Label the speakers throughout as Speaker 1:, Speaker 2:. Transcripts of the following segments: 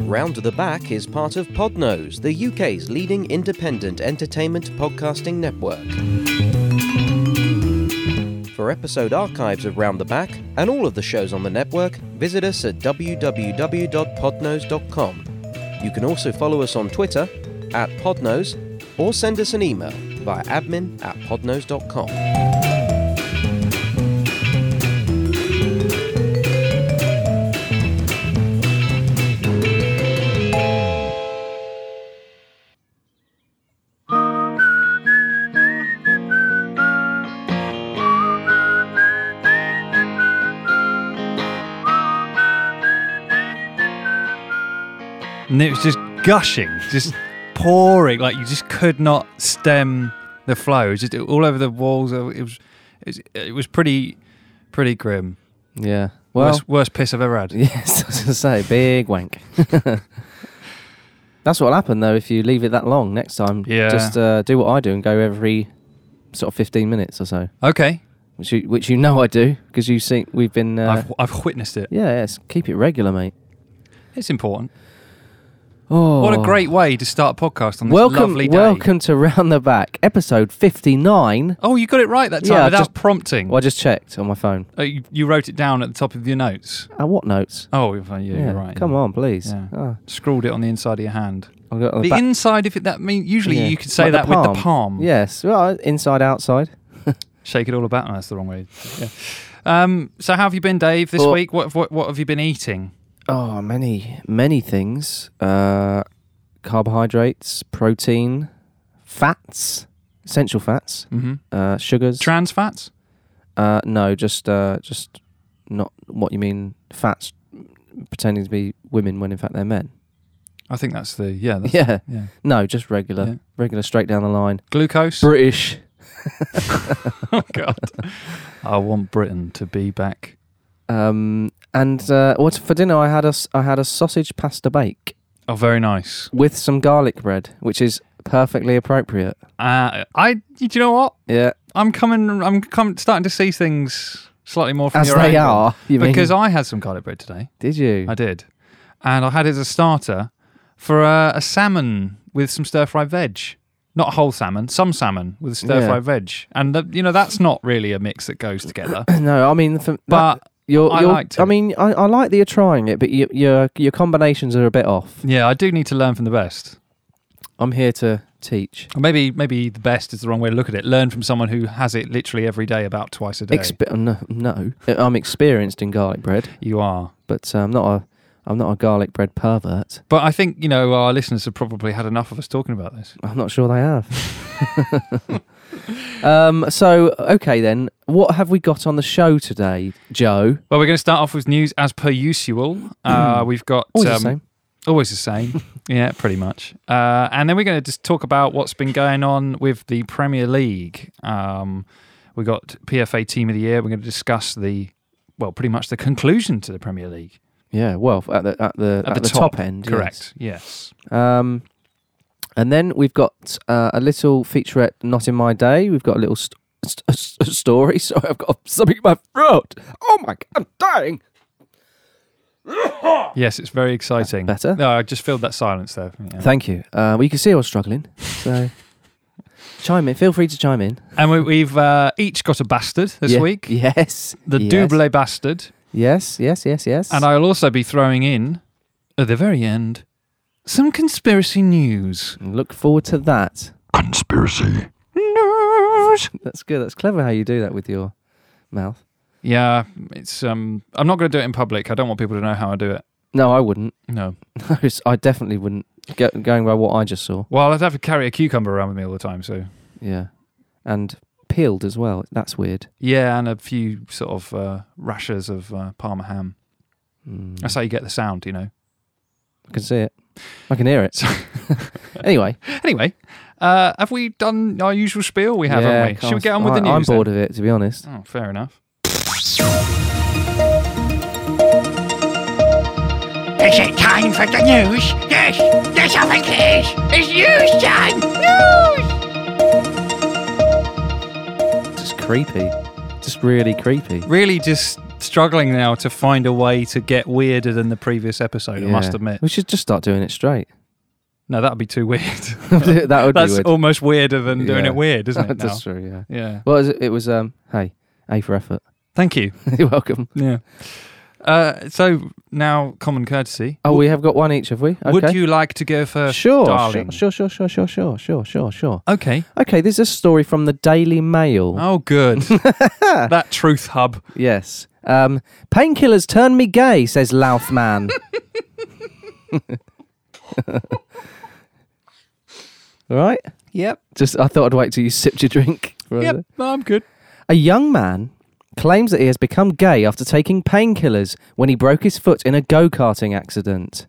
Speaker 1: Round the Back is part of Podnose, the UK's leading independent entertainment podcasting network. For episode archives of Round the Back and all of the shows on the network, visit us at www.podnose.com. You can also follow us on Twitter at Podnose or send us an email via admin at podnose.com.
Speaker 2: and it was just gushing, just pouring. Like you just could not stem the flow. It was just all over the walls. uh, It was, it was, it was pretty, pretty grim.
Speaker 3: Yeah.
Speaker 2: Well, worst, worst piss I've ever had.
Speaker 3: Yes, I was going to say, big wank. That's what'll happen though if you leave it that long next time.
Speaker 2: Yeah.
Speaker 3: Just uh, do what I do and go every sort of fifteen minutes or so,
Speaker 2: Okay,
Speaker 3: which you, which you know I do because you see we've been. Uh,
Speaker 2: I've I've witnessed it.
Speaker 3: yeah, yes. Keep it regular, mate.
Speaker 2: It's important.
Speaker 3: Oh,
Speaker 2: What a great way to start a podcast on this
Speaker 3: welcome,
Speaker 2: lovely day.
Speaker 3: welcome to round the back, episode fifty nine.
Speaker 2: Oh, you got it right that time
Speaker 3: Yeah, I
Speaker 2: without
Speaker 3: just-
Speaker 2: prompting.
Speaker 3: Well, I just checked on my phone.
Speaker 2: Oh, you, you wrote it down at the top of your notes.
Speaker 3: Uh, what notes?
Speaker 2: Oh, yeah, you're right.
Speaker 3: Come on, please.
Speaker 2: Yeah.
Speaker 3: Oh,
Speaker 2: Scrawled it on the inside of your hand.
Speaker 3: I've got on
Speaker 2: The
Speaker 3: back-
Speaker 2: inside, if it, that mean usually
Speaker 3: yeah.
Speaker 2: you could say
Speaker 3: Like
Speaker 2: that with the palm.
Speaker 3: Yes. Well, inside, outside.
Speaker 2: Shake it all about. No, that's the wrong way. Yeah. Um, so, how have you been, Dave, this
Speaker 3: Well-
Speaker 2: week? What, what what have you been eating?
Speaker 3: Oh, many, many things. Uh, carbohydrates, protein, fats, essential fats,
Speaker 2: Mm-hmm.
Speaker 3: uh, sugars.
Speaker 2: Trans fats?
Speaker 3: uh, no, just uh, just not what you mean. Fats pretending to be women when in fact they're men.
Speaker 2: I think that's the yeah. That's,
Speaker 3: Yeah.
Speaker 2: yeah.
Speaker 3: No, just regular,
Speaker 2: Yeah.
Speaker 3: regular, straight down the line.
Speaker 2: Glucose.
Speaker 3: British.
Speaker 2: oh God. I want Britain to be back.
Speaker 3: Um, and uh, what for dinner? I had a s- I had a sausage pasta bake
Speaker 2: Oh, very nice.
Speaker 3: with some garlic bread, which is perfectly appropriate.
Speaker 2: Uh, I. Do you know what?
Speaker 3: Yeah,
Speaker 2: I'm coming. I'm com- starting to see things slightly more from
Speaker 3: as
Speaker 2: your
Speaker 3: they
Speaker 2: angle.
Speaker 3: are. You
Speaker 2: because
Speaker 3: mean?
Speaker 2: I had some garlic bread today.
Speaker 3: did you?
Speaker 2: I did, and I had it as a starter for a, a salmon with some stir fried veg. Not whole salmon, some salmon with stir
Speaker 3: Yeah.
Speaker 2: fried veg, and the, you know that's not really a mix that goes together.
Speaker 3: No, I mean, for,
Speaker 2: But
Speaker 3: that- you're,
Speaker 2: I
Speaker 3: you're,
Speaker 2: liked
Speaker 3: I
Speaker 2: it.
Speaker 3: mean, I, I like that you're trying it, but you, your your combinations are a bit off.
Speaker 2: yeah, I do need to learn from the best.
Speaker 3: I'm here to teach.
Speaker 2: Or maybe maybe the best is the wrong way to look at it. Learn from someone who has it literally every day, about twice a day.
Speaker 3: Expe- uh, no, no, I'm experienced in garlic bread,
Speaker 2: you are.
Speaker 3: but uh, I'm not a I'm not a garlic bread pervert.
Speaker 2: But I think you know our listeners have probably had enough of us talking about this.
Speaker 3: I'm not sure they have. um. So okay then, what have we got on the show today, Joe?
Speaker 2: Well, we're going to start off with news as per usual. Uh, we've got
Speaker 3: Mm. Always
Speaker 2: um,
Speaker 3: the same.
Speaker 2: Always the same. yeah, pretty much. Uh, and then we're going to just talk about what's been going on with the Premier League. Um, we got PFA Team of the Year. We're going to discuss the, well, pretty much the conclusion to the Premier League.
Speaker 3: Yeah. Well, at the at the at, the, top, end, yes.
Speaker 2: Correct. Yes.
Speaker 3: Um, and then we've got uh, a little featurette, not in my day. We've got a little st- st- st- story. Sorry, I've got something in my throat. Oh my god, I'm dying.
Speaker 2: Yes, it's very exciting.
Speaker 3: Better?
Speaker 2: No, I just filled that silence there. Yeah.
Speaker 3: Thank you. Uh, well, you can see I was struggling. So chime in. Feel free to chime in
Speaker 2: and we, we've uh, each got a bastard this
Speaker 3: Yeah.
Speaker 2: week.
Speaker 3: Yes,
Speaker 2: The
Speaker 3: yes.
Speaker 2: double bastard.
Speaker 3: Yes, yes, yes, yes.
Speaker 2: And I'll also be throwing in, at the very end, some conspiracy news.
Speaker 3: look forward to that.
Speaker 2: Conspiracy news.
Speaker 3: That's good. That's clever how you do that with your mouth.
Speaker 2: Yeah, it's um I'm not going to do it in public. I don't want people to know how I do it.
Speaker 3: No, I wouldn't.
Speaker 2: No.
Speaker 3: No, I definitely wouldn't. Go, going by what I just saw.
Speaker 2: Well, I'd have to carry a cucumber around with me all the time, so
Speaker 3: Yeah, and peeled as well. That's weird.
Speaker 2: yeah, and a few sort of uh, rashers of uh, parma ham.
Speaker 3: Mm.
Speaker 2: That's how you get the sound, you know.
Speaker 3: I can see it. I can hear it.
Speaker 2: So-
Speaker 3: anyway,
Speaker 2: Anyway, uh, have we done our usual spiel? We have,
Speaker 3: Yeah,
Speaker 2: haven't we?
Speaker 3: can't-
Speaker 2: Should we get on with the
Speaker 3: I- I'm
Speaker 2: news?
Speaker 3: bored of it, to be honest.
Speaker 2: then? Oh, fair enough.
Speaker 4: Is it time for the news? Yes, yes, I think it is. It's news time. News.
Speaker 3: It's just creepy. Just really creepy.
Speaker 2: Really, just struggling now to find a way to get weirder than the previous episode. I must
Speaker 3: Yeah.
Speaker 2: admit,
Speaker 3: We should just start doing it straight.
Speaker 2: no, that would be too weird.
Speaker 3: that would
Speaker 2: That's
Speaker 3: be weird.
Speaker 2: almost weirder than doing
Speaker 3: Yeah.
Speaker 2: it weird, isn't it? Now?
Speaker 3: That's true, yeah.
Speaker 2: Yeah.
Speaker 3: Well, it? it was, um, hey, A for effort.
Speaker 2: Thank you.
Speaker 3: You're welcome.
Speaker 2: Yeah. Uh, so now, common courtesy.
Speaker 3: Oh, we have got one each, have we? Okay.
Speaker 2: Would you like to go first,
Speaker 3: Sure,
Speaker 2: darling?
Speaker 3: sure, sure, sure, sure, sure, sure, sure, sure.
Speaker 2: Okay.
Speaker 3: Okay, this is a story from the Daily Mail.
Speaker 2: Oh, good. that truth hub.
Speaker 3: Yes. Um, Painkillers turn me gay, says Louthman. All right.
Speaker 2: Yep.
Speaker 3: Just, I thought I'd wait till you sipped your drink.
Speaker 2: Yep. No, I'm good.
Speaker 3: A young man claims that he has become gay after taking painkillers when he broke his foot in a go karting accident.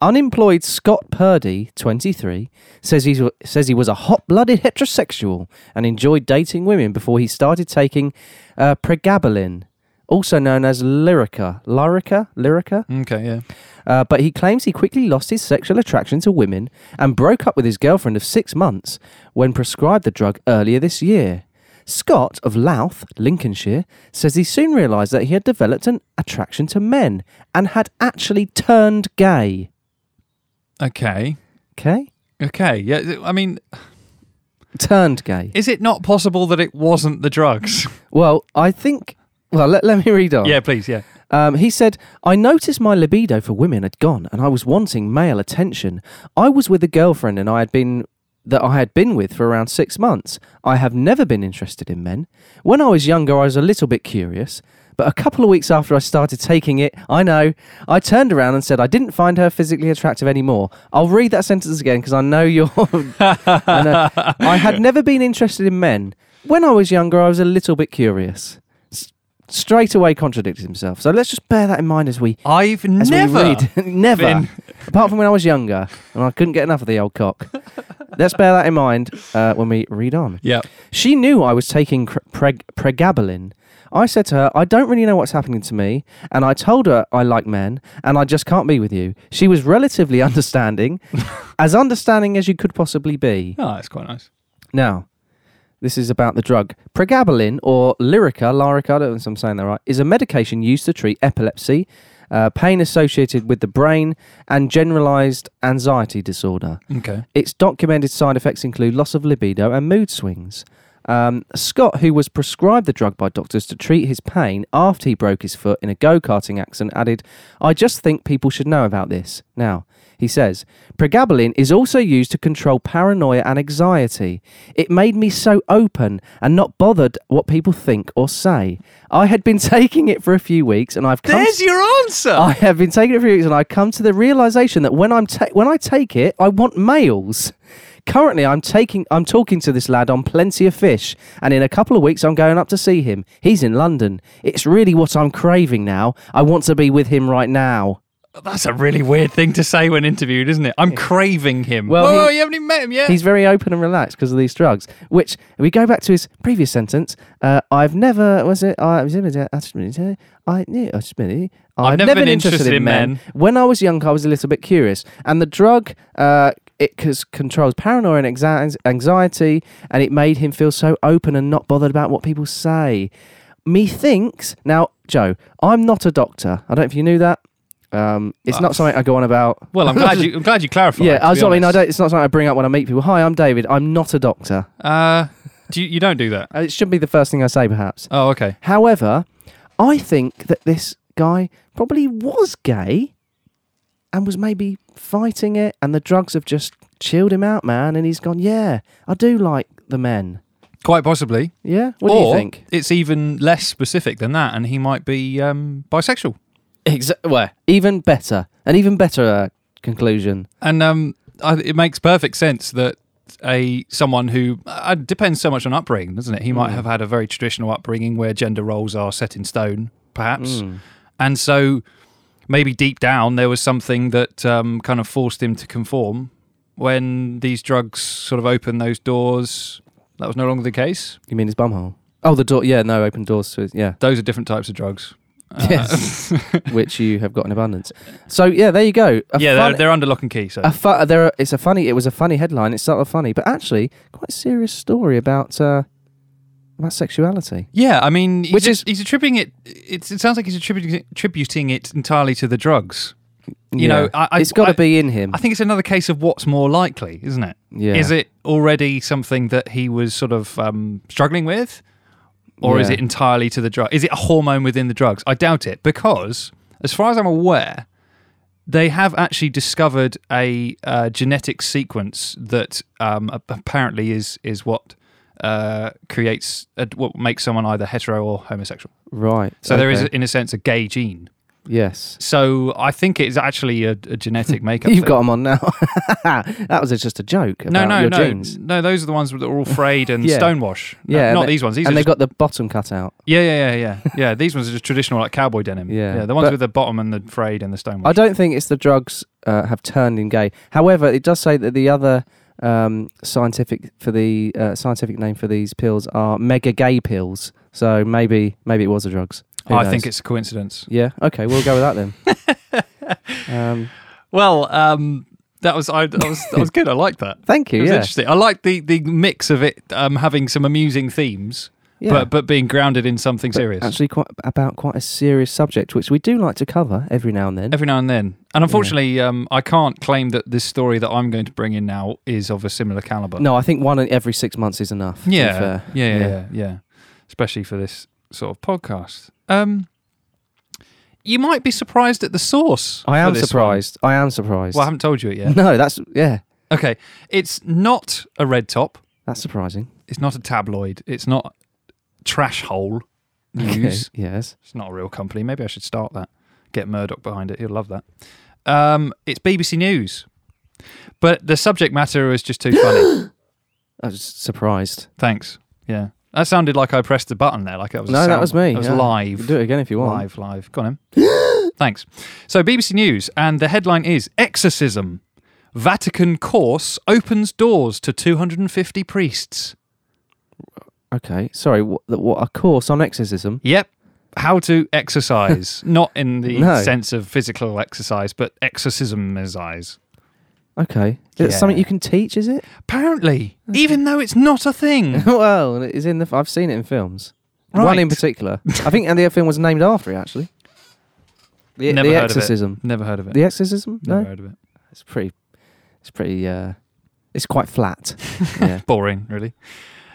Speaker 3: Unemployed Scott Purdy, 23, says, he's, says he was a hot blooded heterosexual and enjoyed dating women before he started taking uh, pregabalin, also known as Lyrica. Lyrica? Lyrica?
Speaker 2: Okay. Yeah.
Speaker 3: Uh, but he claims he quickly lost his sexual attraction to women and broke up with his girlfriend of six months when prescribed the drug earlier this year. Scott of Louth, Lincolnshire, says he soon realised that he had developed an attraction to men and had actually turned gay.
Speaker 2: Okay.
Speaker 3: Okay?
Speaker 2: Okay. Yeah. I mean,
Speaker 3: Turned gay.
Speaker 2: is it not possible that it wasn't the drugs?
Speaker 3: Well, I think. Well, let, let me read on.
Speaker 2: yeah. Please. Yeah.
Speaker 3: Um, he said, I noticed my libido for women had gone and I was wanting male attention. I was with a girlfriend and I had been that I had been with for around six months. I have never been interested in men. When I was younger, I was a little bit curious. But a couple of weeks after I started taking it, I know, I turned around and said, I didn't find her physically attractive anymore. I'll read that sentence again because I know you're. I, know. I had never been interested in men. When I was younger, I was a little bit curious straight away contradicted himself. So let's just bear that in mind as we
Speaker 2: I've
Speaker 3: as we
Speaker 2: never.
Speaker 3: read. never,
Speaker 2: been-
Speaker 3: apart from when I was younger and I couldn't get enough of the old cock. let's bear that in mind uh, when we read on.
Speaker 2: Yeah.
Speaker 3: She knew I was taking cr- preg- pregabalin. I said to her, I don't really know what's happening to me, and I told her I like men, and I just can't be with you. She was relatively understanding, as understanding as you could possibly be.
Speaker 2: Oh, that's quite nice.
Speaker 3: Now, this is about the drug pregabalin or Lyrica. Lyrica, I don't know if I'm saying that right. Is a medication used to treat epilepsy, uh, pain associated with the brain, and generalized anxiety disorder.
Speaker 2: Okay.
Speaker 3: Its documented side effects include loss of libido and mood swings. Um, Scott, who was prescribed the drug by doctors to treat his pain after he broke his foot in a go karting accident, added, I just think people should know about this. Now, he says, pregabalin is also used to control paranoia and anxiety. It made me so open and not bothered what people think or say. I had been taking it for a few weeks and I've come.
Speaker 2: There's your answer.
Speaker 3: I have been taking it for years, and I come to the realization that when I'm ta- when I take it, I want males. Currently, I'm taking I'm talking to this lad on plenty of fish, and in a couple of weeks, I'm going up to see him. He's in London. It's really what I'm craving now. I want to be with him right now.
Speaker 2: That's a really weird thing to say when interviewed, isn't it? I'm craving him.
Speaker 3: Well,
Speaker 2: Well, Whoa,
Speaker 3: he-
Speaker 2: you haven't even met him yet.
Speaker 3: He's very open and relaxed because of these drugs. Which we go back to his previous sentence. Uh, I've never was it. I was in a- I knew. I've
Speaker 2: I've never been interested in men.
Speaker 3: When I was young, I was a little bit curious, and the drug uh, it cause controls paranoia and anxi- anxiety, and it made him feel so open and not bothered about what people say. Methinks now, Joe, I'm not a doctor. I don't know if you knew that. Um, it's not something I go on about.
Speaker 2: Uh, well, I'm glad you. I'm glad you clarified.
Speaker 3: Yeah,
Speaker 2: to
Speaker 3: I
Speaker 2: be
Speaker 3: was, I mean, I
Speaker 2: honest.
Speaker 3: don't, it's not something I bring up when I meet people. Hi, I'm David. I'm not a doctor.
Speaker 2: Uh, do you, you don't do that?
Speaker 3: Uh, It should be the first thing I say, perhaps.
Speaker 2: Oh, okay.
Speaker 3: However, I think that this guy probably was gay and was maybe fighting it, and the drugs have just chilled him out, man. And he's gone, yeah, I do like the men.
Speaker 2: Quite possibly.
Speaker 3: Yeah? What
Speaker 2: or
Speaker 3: do you think?
Speaker 2: it's even less specific than that, and he might be um, bisexual.
Speaker 3: Exa- well, even better. An even better uh, conclusion.
Speaker 2: And um, I, it makes perfect sense that a someone who uh, it depends so much on upbringing, doesn't it? He
Speaker 3: Mm.
Speaker 2: might have had a very traditional upbringing where gender roles are set in stone, perhaps,
Speaker 3: Hmm.
Speaker 2: and so maybe deep down there was something that um, kind of forced him to conform. When these drugs sort of open those doors, that was no longer the case.
Speaker 3: You mean his bumhole? Oh, the door. Yeah, no, open doors to his. Yeah.
Speaker 2: Those are different types of drugs. Uh,
Speaker 3: Yes. which you have got in abundance. So, yeah, there you go. A
Speaker 2: yeah,
Speaker 3: fun-
Speaker 2: they're, they're under lock and key. So
Speaker 3: a fu- there are, it's a funny it was a funny headline it's sort of funny but actually quite a serious story about uh, about sexuality.
Speaker 2: Yeah, I mean, he's,
Speaker 3: Which
Speaker 2: just-
Speaker 3: is-
Speaker 2: he's attributing it. It's, it sounds like he's attributing attributing it entirely to the drugs. You know, I, I,
Speaker 3: it's got
Speaker 2: I-
Speaker 3: to be in him.
Speaker 2: I think it's another case of what's more likely, isn't it?
Speaker 3: Yeah.
Speaker 2: Is it already something that he was sort of um, struggling with, or is
Speaker 3: Yeah.
Speaker 2: it entirely to the drug? Is it a hormone within the drugs? I doubt it because, as far as I'm aware, they have actually discovered a uh, genetic sequence that um, a- apparently is is what uh, creates uh, what makes someone either hetero or homosexual.
Speaker 3: right.
Speaker 2: So there is,
Speaker 3: okay.
Speaker 2: in a sense, a gay gene.
Speaker 3: yes.
Speaker 2: So I think it's actually a, a genetic makeup.
Speaker 3: You've
Speaker 2: thing.
Speaker 3: got him on now. that was just a joke about
Speaker 2: no, no,
Speaker 3: your
Speaker 2: no,
Speaker 3: jeans.
Speaker 2: no. Those are the ones that are all frayed and
Speaker 3: Yeah.
Speaker 2: stonewash. No,
Speaker 3: Yeah, and
Speaker 2: not
Speaker 3: they-
Speaker 2: these ones. These
Speaker 3: and
Speaker 2: are
Speaker 3: they
Speaker 2: just,
Speaker 3: got the bottom cut out.
Speaker 2: yeah, yeah, yeah, yeah, yeah. These ones are just traditional like cowboy denim.
Speaker 3: Yeah,
Speaker 2: the ones
Speaker 3: but-
Speaker 2: with the bottom and the frayed and the stonewash.
Speaker 3: I don't think it's the drugs uh, have turned him gay. However, it does say that the other um, scientific for the uh, scientific name for these pills are mega gay pills. So maybe maybe it was the drugs. Who
Speaker 2: I
Speaker 3: knows?
Speaker 2: think it's a coincidence.
Speaker 3: yeah. Okay, we'll go with that then. um,
Speaker 2: Well, um, that was I, that was that was good. I like that.
Speaker 3: thank
Speaker 2: It
Speaker 3: you.
Speaker 2: was
Speaker 3: Yeah.
Speaker 2: interesting. I like the the mix of it um, having some amusing themes,
Speaker 3: yeah.
Speaker 2: but but being grounded in something serious.
Speaker 3: Actually, quite about quite a serious subject, which we do like to cover every now and then.
Speaker 2: Every now and then, and unfortunately, um, I can't claim that this story that I'm going to bring in now is of a similar caliber.
Speaker 3: no, I think one in every six months is enough. to be
Speaker 2: yeah,
Speaker 3: fair.
Speaker 2: yeah, yeah,
Speaker 3: Yeah.
Speaker 2: yeah, yeah. Especially for this sort of podcast. Um, you might be surprised at the source.
Speaker 3: I
Speaker 2: for
Speaker 3: am
Speaker 2: this one.
Speaker 3: surprised. I am surprised.
Speaker 2: Well, I haven't told you it yet.
Speaker 3: no, that's yeah,
Speaker 2: Okay, it's not a red top.
Speaker 3: that's surprising.
Speaker 2: It's not a tabloid. It's not trash hole
Speaker 3: Okay.
Speaker 2: news.
Speaker 3: Yes.
Speaker 2: It's not a real company. Maybe I should start that. Get Murdoch behind it. He'll love that. Um, it's BBC News, but the subject matter is just too funny.
Speaker 3: I was surprised.
Speaker 2: Thanks. Yeah, that sounded like I pressed the button there. Like it was a
Speaker 3: No, that
Speaker 2: sound-
Speaker 3: was me.
Speaker 2: It was
Speaker 3: yeah. You
Speaker 2: live.
Speaker 3: can do it again if you want.
Speaker 2: Live, live. Go on then. Thanks. So, BBC News, and the headline is Exorcism. Vatican course opens doors to 250 priests.
Speaker 3: Okay. Sorry. What, the- what a course on exorcism.
Speaker 2: Yep. How to exercise. Not in the
Speaker 3: No.
Speaker 2: sense of physical exercise, but exorcism as eyes.
Speaker 3: Okay. Is it
Speaker 2: Yeah.
Speaker 3: something you can teach? Is it?
Speaker 2: Apparently, even though it's not a thing.
Speaker 3: well, it's in the. I've seen it in films. One in
Speaker 2: Mm. Right.
Speaker 3: particular. I think and the other film was named after it actually. The,
Speaker 2: Never
Speaker 3: the
Speaker 2: heard of it.
Speaker 3: exorcism.
Speaker 2: Never heard of it.
Speaker 3: The exorcism.
Speaker 2: Never
Speaker 3: No.
Speaker 2: heard of it.
Speaker 3: It's pretty. It's pretty. Uh, it's quite flat. yeah.
Speaker 2: Boring, really.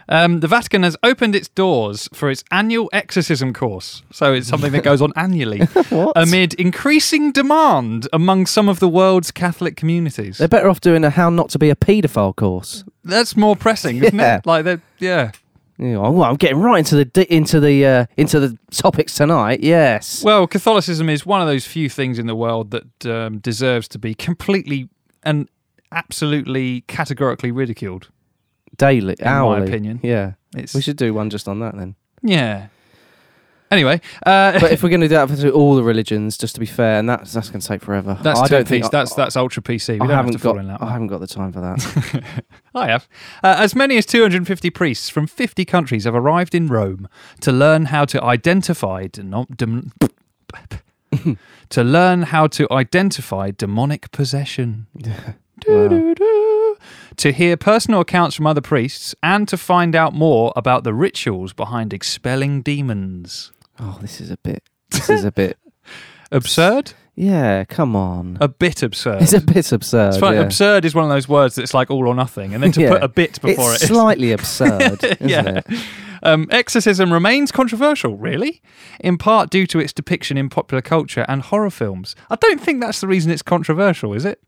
Speaker 2: Um, the Vatican has opened its doors for its annual exorcism course. So it's something that goes on annually.
Speaker 3: What?
Speaker 2: amid increasing demand among some of the world's Catholic communities.
Speaker 3: They're better off doing a how not to be a paedophile course.
Speaker 2: That's more pressing, isn't
Speaker 3: Yeah.
Speaker 2: it? Like that, yeah.
Speaker 3: You know, oh, I'm getting right into the di- into the uh, into the topics tonight. Yes.
Speaker 2: Well, Catholicism is one of those few things in the world that um, deserves to be completely and absolutely categorically ridiculed.
Speaker 3: daily,
Speaker 2: my
Speaker 3: hourly.
Speaker 2: opinion.
Speaker 3: Yeah,
Speaker 2: It's
Speaker 3: we should do one just on that then.
Speaker 2: yeah. Anyway, uh,
Speaker 3: But if we're going to do that for all the religions, just to be fair, and that's that's going to take forever.
Speaker 2: that's
Speaker 3: I
Speaker 2: two
Speaker 3: don't
Speaker 2: piece.
Speaker 3: think I-
Speaker 2: that's that's ultra PC. We
Speaker 3: I
Speaker 2: don't have
Speaker 3: haven't
Speaker 2: to
Speaker 3: got.
Speaker 2: fall in that.
Speaker 3: I
Speaker 2: One.
Speaker 3: haven't got the time for that.
Speaker 2: I have. Uh, as many as 250 priests from 50 countries have arrived in Rome to learn how to identify denom- dem- to learn how to identify demonic possession. Doo-doo-doo. To hear personal accounts from other priests and to find out more about the rituals behind expelling demons.
Speaker 3: oh, this is a bit. This is a bit.
Speaker 2: Absurd?
Speaker 3: Yeah, come on.
Speaker 2: A bit absurd.
Speaker 3: It's a bit absurd.
Speaker 2: It's funny,
Speaker 3: yeah.
Speaker 2: Absurd is one of those words that's like all or nothing, and then to
Speaker 3: Yeah.
Speaker 2: put a bit before
Speaker 3: it's
Speaker 2: it is-
Speaker 3: slightly absurd, isn't
Speaker 2: Yeah.
Speaker 3: it?
Speaker 2: Um, exorcism remains controversial, really, in part due to its depiction in popular culture and horror films. I don't think that's the reason it's controversial, is it?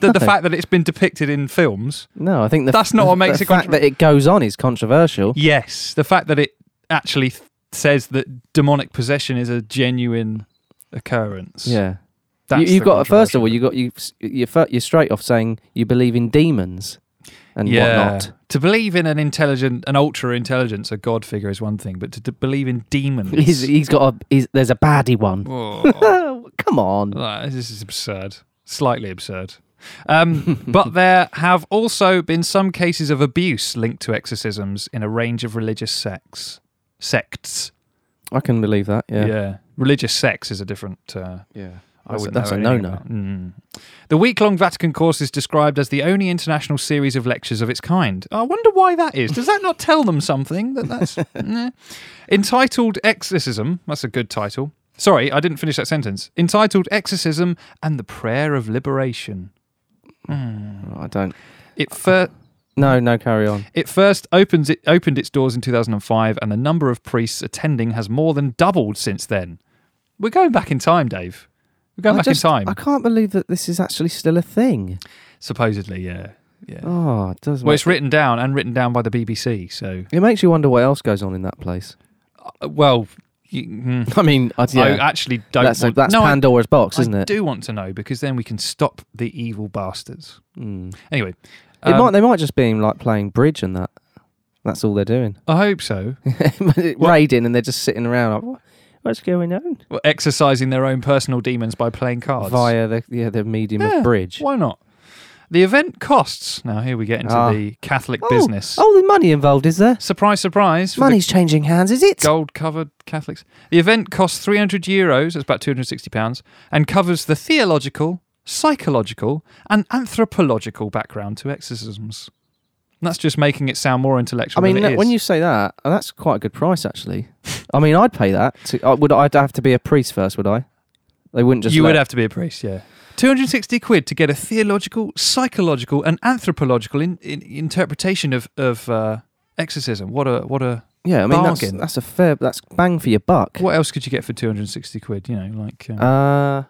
Speaker 2: The, the
Speaker 3: No.
Speaker 2: fact that it's been depicted in films.
Speaker 3: No, I think the,
Speaker 2: That's not what makes
Speaker 3: the
Speaker 2: it
Speaker 3: fact
Speaker 2: controver-
Speaker 3: that it goes on is controversial.
Speaker 2: Yes, the fact that it actually th- says that demonic possession is a genuine occurrence.
Speaker 3: Yeah,
Speaker 2: that's
Speaker 3: you,
Speaker 2: the
Speaker 3: you've got first
Speaker 2: controversial
Speaker 3: of all, you got you you're, fir- you're straight off saying you believe in demons and whatnot.
Speaker 2: To believe in an intelligent, an ultra intelligence, a god figure is one thing, but to, d believe in demons.
Speaker 3: He's, he's got a he's, there's a baddie one.
Speaker 2: Whoa.
Speaker 3: Oh, come on.
Speaker 2: Uh, This is absurd. Slightly absurd. Um, but there have also been some cases of abuse linked to exorcisms in a range of religious sects. Sects.
Speaker 3: I can believe that. Yeah.
Speaker 2: Religious sects is a different uh,
Speaker 3: Yeah. I would-
Speaker 2: Doesn't
Speaker 3: that's
Speaker 2: know
Speaker 3: a
Speaker 2: anything
Speaker 3: no-no.
Speaker 2: about- Mm. The week long Vatican course is described as the only international series of lectures of its kind. I wonder why that is. Does that not tell them something? That that's Nah. entitled Exorcism. That's a good title. Sorry, I didn't finish that sentence. Entitled Exorcism and the Prayer of Liberation.
Speaker 3: I don't.
Speaker 2: It
Speaker 3: Uh-huh.
Speaker 2: first.
Speaker 3: No, no, carry on.
Speaker 2: It first opens it opened its doors in 2005, and the number of priests attending has more than doubled since then. We're going back in time, Dave. We're going
Speaker 3: I
Speaker 2: back
Speaker 3: just-
Speaker 2: in time,
Speaker 3: I can't believe that this is actually still a thing.
Speaker 2: supposedly. Yeah, yeah.
Speaker 3: Oh, it does.
Speaker 2: well,
Speaker 3: make-
Speaker 2: it's written down and written down by the BBC. So,
Speaker 3: it makes you wonder what else goes on in that place.
Speaker 2: Uh, well, you, mm,
Speaker 3: I mean, I, yeah,
Speaker 2: I actually don't.
Speaker 3: that's
Speaker 2: want,
Speaker 3: that's
Speaker 2: no, I-
Speaker 3: Pandora's box, isn't
Speaker 2: I
Speaker 3: it?
Speaker 2: do want to know because then we can stop the evil bastards.
Speaker 3: Mm.
Speaker 2: Anyway,
Speaker 3: It
Speaker 2: um,
Speaker 3: might. They might just be like playing bridge and that. That's all they're doing.
Speaker 2: I hope so.
Speaker 3: Raiding and they're just sitting around. Like, "What- What's going on?
Speaker 2: Well, Exercising their own personal demons by playing cards
Speaker 3: Via the yeah the medium
Speaker 2: Yeah,
Speaker 3: of bridge.
Speaker 2: Why not? The event costs. Now here we get into
Speaker 3: Ah.
Speaker 2: the Catholic
Speaker 3: Oh,
Speaker 2: business.
Speaker 3: Oh, the money involved is there?
Speaker 2: Surprise, surprise! for the
Speaker 3: Money's changing hands, is it?
Speaker 2: gold-covered Catholics. The event costs 300 euros. That's about 260 pounds, and covers the theological, psychological, and anthropological background to exorcisms. And that's just making it sound more
Speaker 3: I
Speaker 2: intellectual.
Speaker 3: mean,
Speaker 2: than it
Speaker 3: that- when
Speaker 2: is.
Speaker 3: you say that, uh, that's quite a good price actually. I mean, I'd pay that. To, I would I'd have to be a priest first, would I? They wouldn't just.
Speaker 2: you
Speaker 3: let-
Speaker 2: would have to be a priest, yeah. 260 quid to get a theological, psychological, and anthropological in, in, interpretation of of uh, exorcism. What a what a
Speaker 3: Yeah, I mean that's,
Speaker 2: bargain.
Speaker 3: that's a fair. That's bang for your buck.
Speaker 2: What else could you get for 260 quid? You know, like um,
Speaker 3: Uh,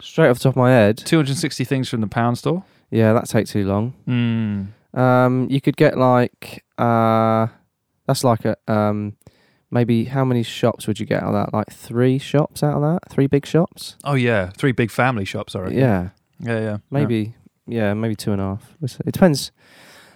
Speaker 3: straight off the top of my head.
Speaker 2: 260 things from the pound store.
Speaker 3: Yeah, that take too long.
Speaker 2: Mm.
Speaker 3: Um, you could get like uh, that's like a um, maybe how many shops would you get out of that? Like three shops out of that? Three big shops?
Speaker 2: Oh, yeah. Three big family shops, I reckon.
Speaker 3: Yeah,
Speaker 2: Yeah, yeah.
Speaker 3: maybe. Yeah. maybe two and a half. We'll see. It depends.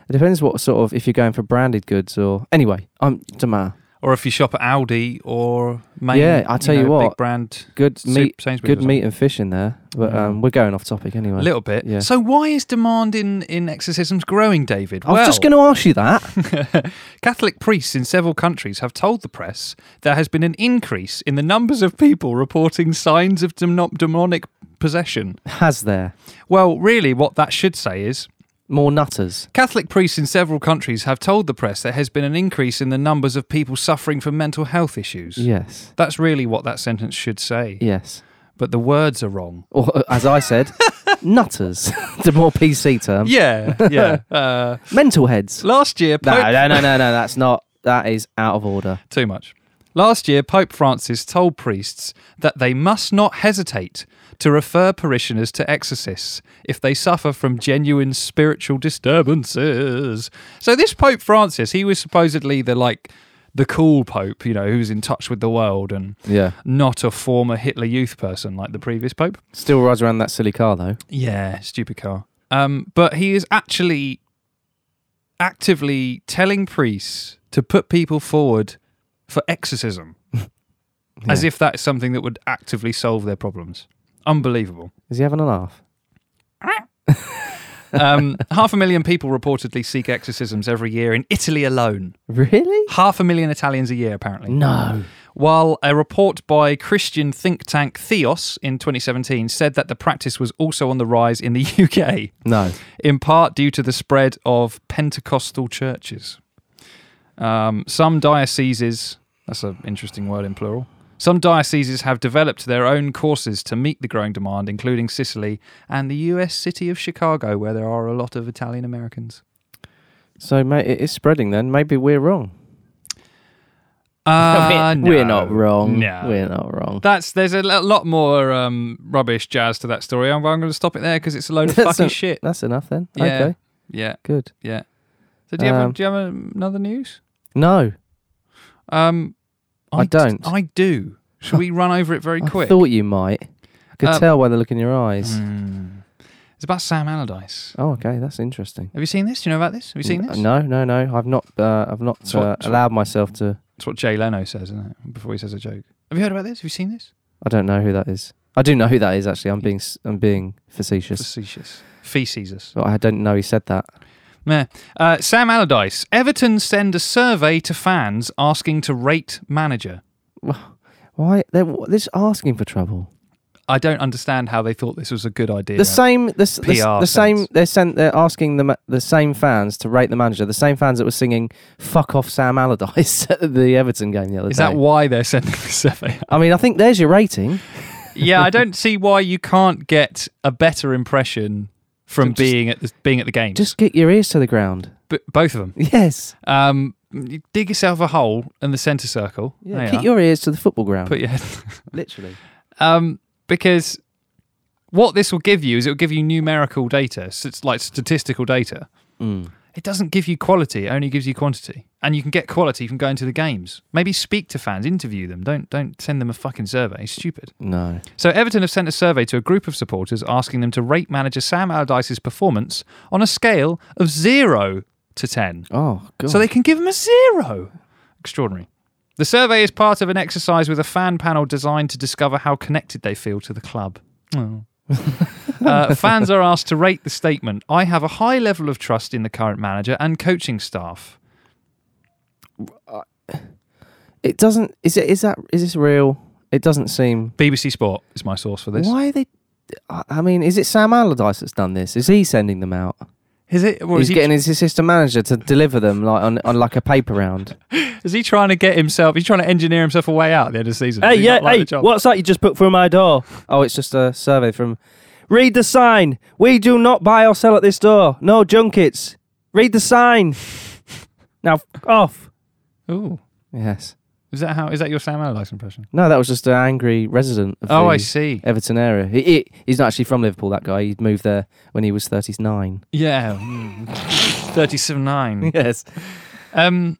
Speaker 3: It depends what sort of if you're going for branded goods or anyway. I'm don't matter.
Speaker 2: Yeah. Or if you shop at Aldi or main,
Speaker 3: Yeah, I tell you
Speaker 2: know,
Speaker 3: what.
Speaker 2: Big brand.
Speaker 3: Good
Speaker 2: Sup-
Speaker 3: meat,
Speaker 2: Sainsbury's or
Speaker 3: good
Speaker 2: something.
Speaker 3: meat and fish in there. But
Speaker 2: Yeah.
Speaker 3: um, we're going off topic anyway.
Speaker 2: A little bit.
Speaker 3: Yeah.
Speaker 2: So why is demand in, in exorcisms growing, David?
Speaker 3: I was just going to ask you that.
Speaker 2: Catholic priests in several countries have told the press there has been an increase in the numbers of people reporting signs of dem- demonic possession.
Speaker 3: Has there
Speaker 2: Well, really, what that should say is
Speaker 3: more nutters?
Speaker 2: Catholic priests in several countries have told the press there has been an increase in the numbers of people suffering from mental health issues.
Speaker 3: Yes,
Speaker 2: That's really what that sentence should say.
Speaker 3: yes.
Speaker 2: But the words are wrong.
Speaker 3: Or uh, as I said, nutters. the more PC term.
Speaker 2: Yeah, yeah. Um, uh,
Speaker 3: Mental heads.
Speaker 2: last year,
Speaker 3: No,
Speaker 2: Pope.
Speaker 3: no, no, no, no. That's not. That is out of order.
Speaker 2: Too much. Last year, Pope Francis told priests that they must not hesitate to refer parishioners to exorcists if they suffer from genuine spiritual disturbances. So this Pope Francis, he was supposedly the like the cool pope, you know, who's in touch with the world and
Speaker 3: Yeah.
Speaker 2: not a former Hitler Youth person like the previous pope.
Speaker 3: Still rides around that silly car though.
Speaker 2: Yeah, stupid car. Um, but he is actually actively telling priests to put people forward for exorcism, as if that's something that would actively solve their problems. Unbelievable.
Speaker 3: Is he having a laugh?
Speaker 2: Um, half a million people reportedly seek exorcisms every year in Italy alone.
Speaker 3: Really?
Speaker 2: Half a million Italians a year, apparently.
Speaker 3: No.
Speaker 2: While a report by Christian think tank Theos in 2017 said that the practice was also on the rise in the UK.
Speaker 3: No.
Speaker 2: in part due to the spread of Pentecostal churches. Um, some dioceses, that's an interesting word in plural, some dioceses have developed their own courses to meet the growing demand, including Sicily and the US city of Chicago, where there are a lot of Italian Americans.
Speaker 3: So mate, it is spreading. Then maybe we're wrong.
Speaker 2: Uh, no.
Speaker 3: We're not wrong.
Speaker 2: No.
Speaker 3: We're not wrong.
Speaker 2: That's there's a lo- lot more um, rubbish jazz to that story. I'm, I'm going to stop it there because it's a load of fucking
Speaker 3: en-
Speaker 2: shit.
Speaker 3: That's enough then.
Speaker 2: Yeah.
Speaker 3: Okay.
Speaker 2: Yeah,
Speaker 3: Good.
Speaker 2: yeah. So do you have a-
Speaker 3: Um,
Speaker 2: do you have another news?
Speaker 3: No.
Speaker 2: Um,
Speaker 3: I
Speaker 2: d-
Speaker 3: don't.
Speaker 2: I do. Should we run over it very
Speaker 3: I
Speaker 2: quick?
Speaker 3: thought you might. I could
Speaker 2: Um,
Speaker 3: tell by the look in your eyes.
Speaker 2: Hmm. It's about Sam Allardyce.
Speaker 3: Oh, okay. That's interesting.
Speaker 2: Have you seen this? Do you know about this? Have you seen this?
Speaker 3: No, no, no. I've not. Uh, I've not
Speaker 2: It's what-
Speaker 3: uh,
Speaker 2: it's what-
Speaker 3: allowed myself to.
Speaker 2: It's what Jay Leno says, isn't it? Before he says a joke. Have you heard about this? Have you seen this?
Speaker 3: I don't know who that is. I do know who that is actually. I'm being. s- I'm being facetious.
Speaker 2: Facetious. Feces us.
Speaker 3: But I didn't know he said that.
Speaker 2: Meh. Uh, Sam Allardyce. Everton send a survey to fans asking to rate manager.
Speaker 3: Why? They're, w- they're just asking for trouble.
Speaker 2: I don't understand how they thought this was a good idea.
Speaker 3: The same, the, s- the, s-
Speaker 2: PR
Speaker 3: the same.
Speaker 2: sense.
Speaker 3: They're sent. They're asking the ma- the same fans to rate the manager. The same fans that were singing "Fuck off, Sam Allardyce" at the Everton game the other
Speaker 2: Is
Speaker 3: day.
Speaker 2: that why they're sending the survey?
Speaker 3: I mean, I think there's your rating.
Speaker 2: yeah, I don't see why you can't get a better impression from
Speaker 3: Just-
Speaker 2: being at the, being at the game.
Speaker 3: Just get your ears to the ground.
Speaker 2: B- both of them.
Speaker 3: Yes.
Speaker 2: Um, you dig yourself a hole in the centre circle. There
Speaker 3: Yeah,
Speaker 2: you
Speaker 3: keep
Speaker 2: are.
Speaker 3: your ears to the football ground.
Speaker 2: put your head.
Speaker 3: Literally.
Speaker 2: Um, because what this will give you is it will give you numerical data. So it's like statistical data.
Speaker 3: Mm,
Speaker 2: It doesn't give you quality; it only gives you quantity. And you can get quality from going to the games. Maybe speak to fans, interview them. Don't don't send them a fucking survey. It's stupid.
Speaker 3: No.
Speaker 2: So Everton have sent a survey to a group of supporters asking them to rate manager Sam Allardyce's performance on a scale of zero to ten.
Speaker 3: Oh God.
Speaker 2: So they can give him a zero. Extraordinary. The survey is part of an exercise with a fan panel designed to discover how connected they feel to the club. Oh. Uh, fans are asked to rate the statement I have a high level of trust in the current manager and coaching staff.
Speaker 3: it doesn't. Is it? Is that? Is this real? It doesn't seem.
Speaker 2: BBC Sport is my source for this.
Speaker 3: Why are they? I I mean, is it Sam Allardyce that's done this? Is he sending them out?
Speaker 2: Is it? Or
Speaker 3: He's
Speaker 2: is, he,
Speaker 3: getting his assistant manager to deliver them like on, on like a paper round.
Speaker 2: is he trying to get himself? He's trying to engineer himself a way out at the end of the season.
Speaker 5: Hey,
Speaker 2: Does he
Speaker 5: yeah,
Speaker 2: not like
Speaker 5: hey,
Speaker 2: the job?
Speaker 5: what's that you just put through my door?
Speaker 3: Oh, it's just a survey from.
Speaker 5: Read the sign. We do not buy or sell at this door. No junkets. Read the sign. now, f- off.
Speaker 2: Ooh,
Speaker 3: Yes.
Speaker 2: is that how? Is that your Sam Allardyce impression?
Speaker 3: No, that was just an angry resident of
Speaker 2: Oh,
Speaker 3: the
Speaker 2: I see.
Speaker 3: Everton area. He, he, he's not actually from Liverpool, that guy. He moved there when he was 39.
Speaker 2: Yeah, thirty-seven nine.
Speaker 3: Yes.
Speaker 2: Um,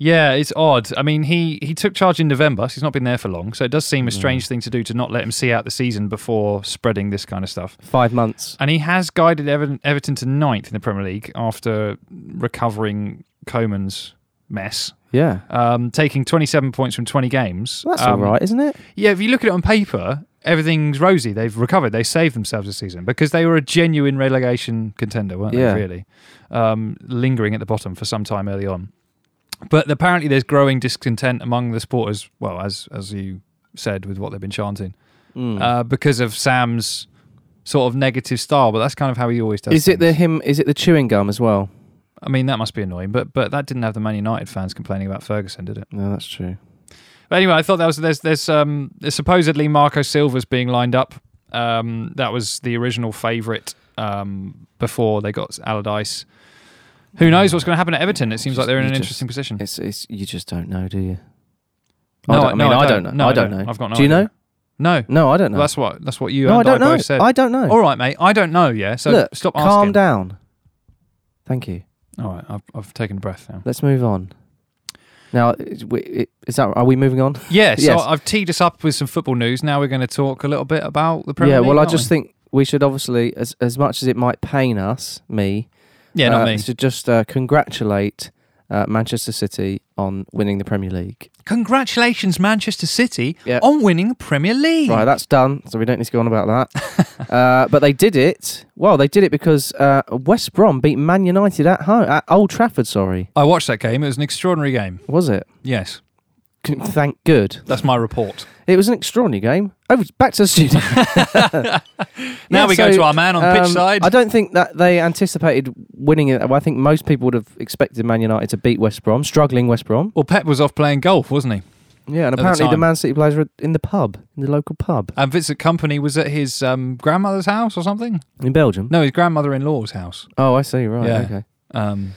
Speaker 2: yeah, it's odd. I mean, he he took charge in November, so he's not been there for long. So it does seem
Speaker 3: Hmm.
Speaker 2: a strange thing to do to not let him see out the season before spreading this kind of stuff.
Speaker 3: Five months.
Speaker 2: And he has guided Ever- Everton to ninth in the Premier League after recovering Coman's mess,
Speaker 3: Yeah.
Speaker 2: um, taking 27 points from 20 games.
Speaker 3: Well, that's
Speaker 2: Um,
Speaker 3: all right, isn't it?
Speaker 2: Yeah, if you look at it on paper, everything's rosy. They've recovered. They saved themselves this season because they were a genuine relegation contender, weren't
Speaker 3: Yeah.
Speaker 2: they? Really, um, lingering at the bottom for some time early on. But apparently, there's growing discontent among the supporters. Well, as as you said, with what they've been chanting
Speaker 3: Hmm.
Speaker 2: uh, because of Sam's sort of negative style. But that's kind of how he always does.
Speaker 3: Is it the
Speaker 2: things.
Speaker 3: him? Is it the chewing gum as well?
Speaker 2: I mean, that must be annoying. But but that didn't have the Man United fans complaining about Ferguson, did it?
Speaker 3: No, that's true.
Speaker 2: But anyway, I thought that was there's there's um there's supposedly Marco Silva's being lined up. Um, that was the original favourite um, before they got Allardyce. Who knows what's going to happen at Everton? It seems like they're in
Speaker 3: You
Speaker 2: an
Speaker 3: Hmm. just-
Speaker 2: interesting position.
Speaker 3: It's it's you just don't know, do you?
Speaker 2: No,
Speaker 3: I, don't,
Speaker 2: no,
Speaker 3: I mean,
Speaker 2: I
Speaker 3: I
Speaker 2: don't.
Speaker 3: don't, know.
Speaker 2: No,
Speaker 3: I don't
Speaker 2: I
Speaker 3: know.
Speaker 2: don't. I've got no
Speaker 3: Do you
Speaker 2: idea.
Speaker 3: know?
Speaker 2: No,
Speaker 3: No, I don't know.
Speaker 2: that's what that's what you
Speaker 3: no, I
Speaker 2: and
Speaker 3: don't know.
Speaker 2: both said.
Speaker 3: I don't know.
Speaker 2: All right, mate, I don't know. Yeah, so
Speaker 3: Look,
Speaker 2: stop
Speaker 3: calm
Speaker 2: asking.
Speaker 3: down. Thank you.
Speaker 2: All right, I've, I've taken a breath now.
Speaker 3: Let's move on. Now, is we- is that are we moving on?
Speaker 2: Yeah, so
Speaker 3: Yes.
Speaker 2: I've teed us up with some football news. Now we're going to talk a little bit about the Premier
Speaker 3: yeah.
Speaker 2: League.
Speaker 3: Well, I
Speaker 2: aren't
Speaker 3: just
Speaker 2: we?
Speaker 3: think we should obviously, as as much as it might pain us, me,
Speaker 2: yeah,
Speaker 3: uh,
Speaker 2: not me.
Speaker 3: should just uh, congratulate uh, Manchester City on winning the Premier League.
Speaker 2: Congratulations, Manchester City,
Speaker 3: Yeah.
Speaker 2: on winning the Premier League.
Speaker 3: Right, that's done. So we don't need to go on about that. uh, but they did it. Well, they did it because uh, West Brom beat Man United at home at Old Trafford. Sorry,
Speaker 2: I watched that game. It was an extraordinary game.
Speaker 3: was it?
Speaker 2: Yes,
Speaker 3: Thank good.
Speaker 2: that's my report.
Speaker 3: It was an extraordinary game. Over back to the studio.
Speaker 2: Now
Speaker 3: Yeah,
Speaker 2: we
Speaker 3: so,
Speaker 2: go to our man on pitch
Speaker 3: um,
Speaker 2: side.
Speaker 3: I don't think that they anticipated winning it. Well, I think most people would have expected Man United to beat West Brom, struggling West Brom.
Speaker 2: well, Pep was off playing golf, wasn't he?
Speaker 3: Yeah, and
Speaker 2: the
Speaker 3: apparently the,
Speaker 2: time.
Speaker 3: Man City players were in the pub, in the local pub
Speaker 2: And Vincent Company was at his um, grandmother's house or something.
Speaker 3: in Belgium.
Speaker 2: No, his grandmother-in-law's house.
Speaker 3: Oh, I see. Right.
Speaker 2: Yeah.
Speaker 3: Okay.
Speaker 2: Um,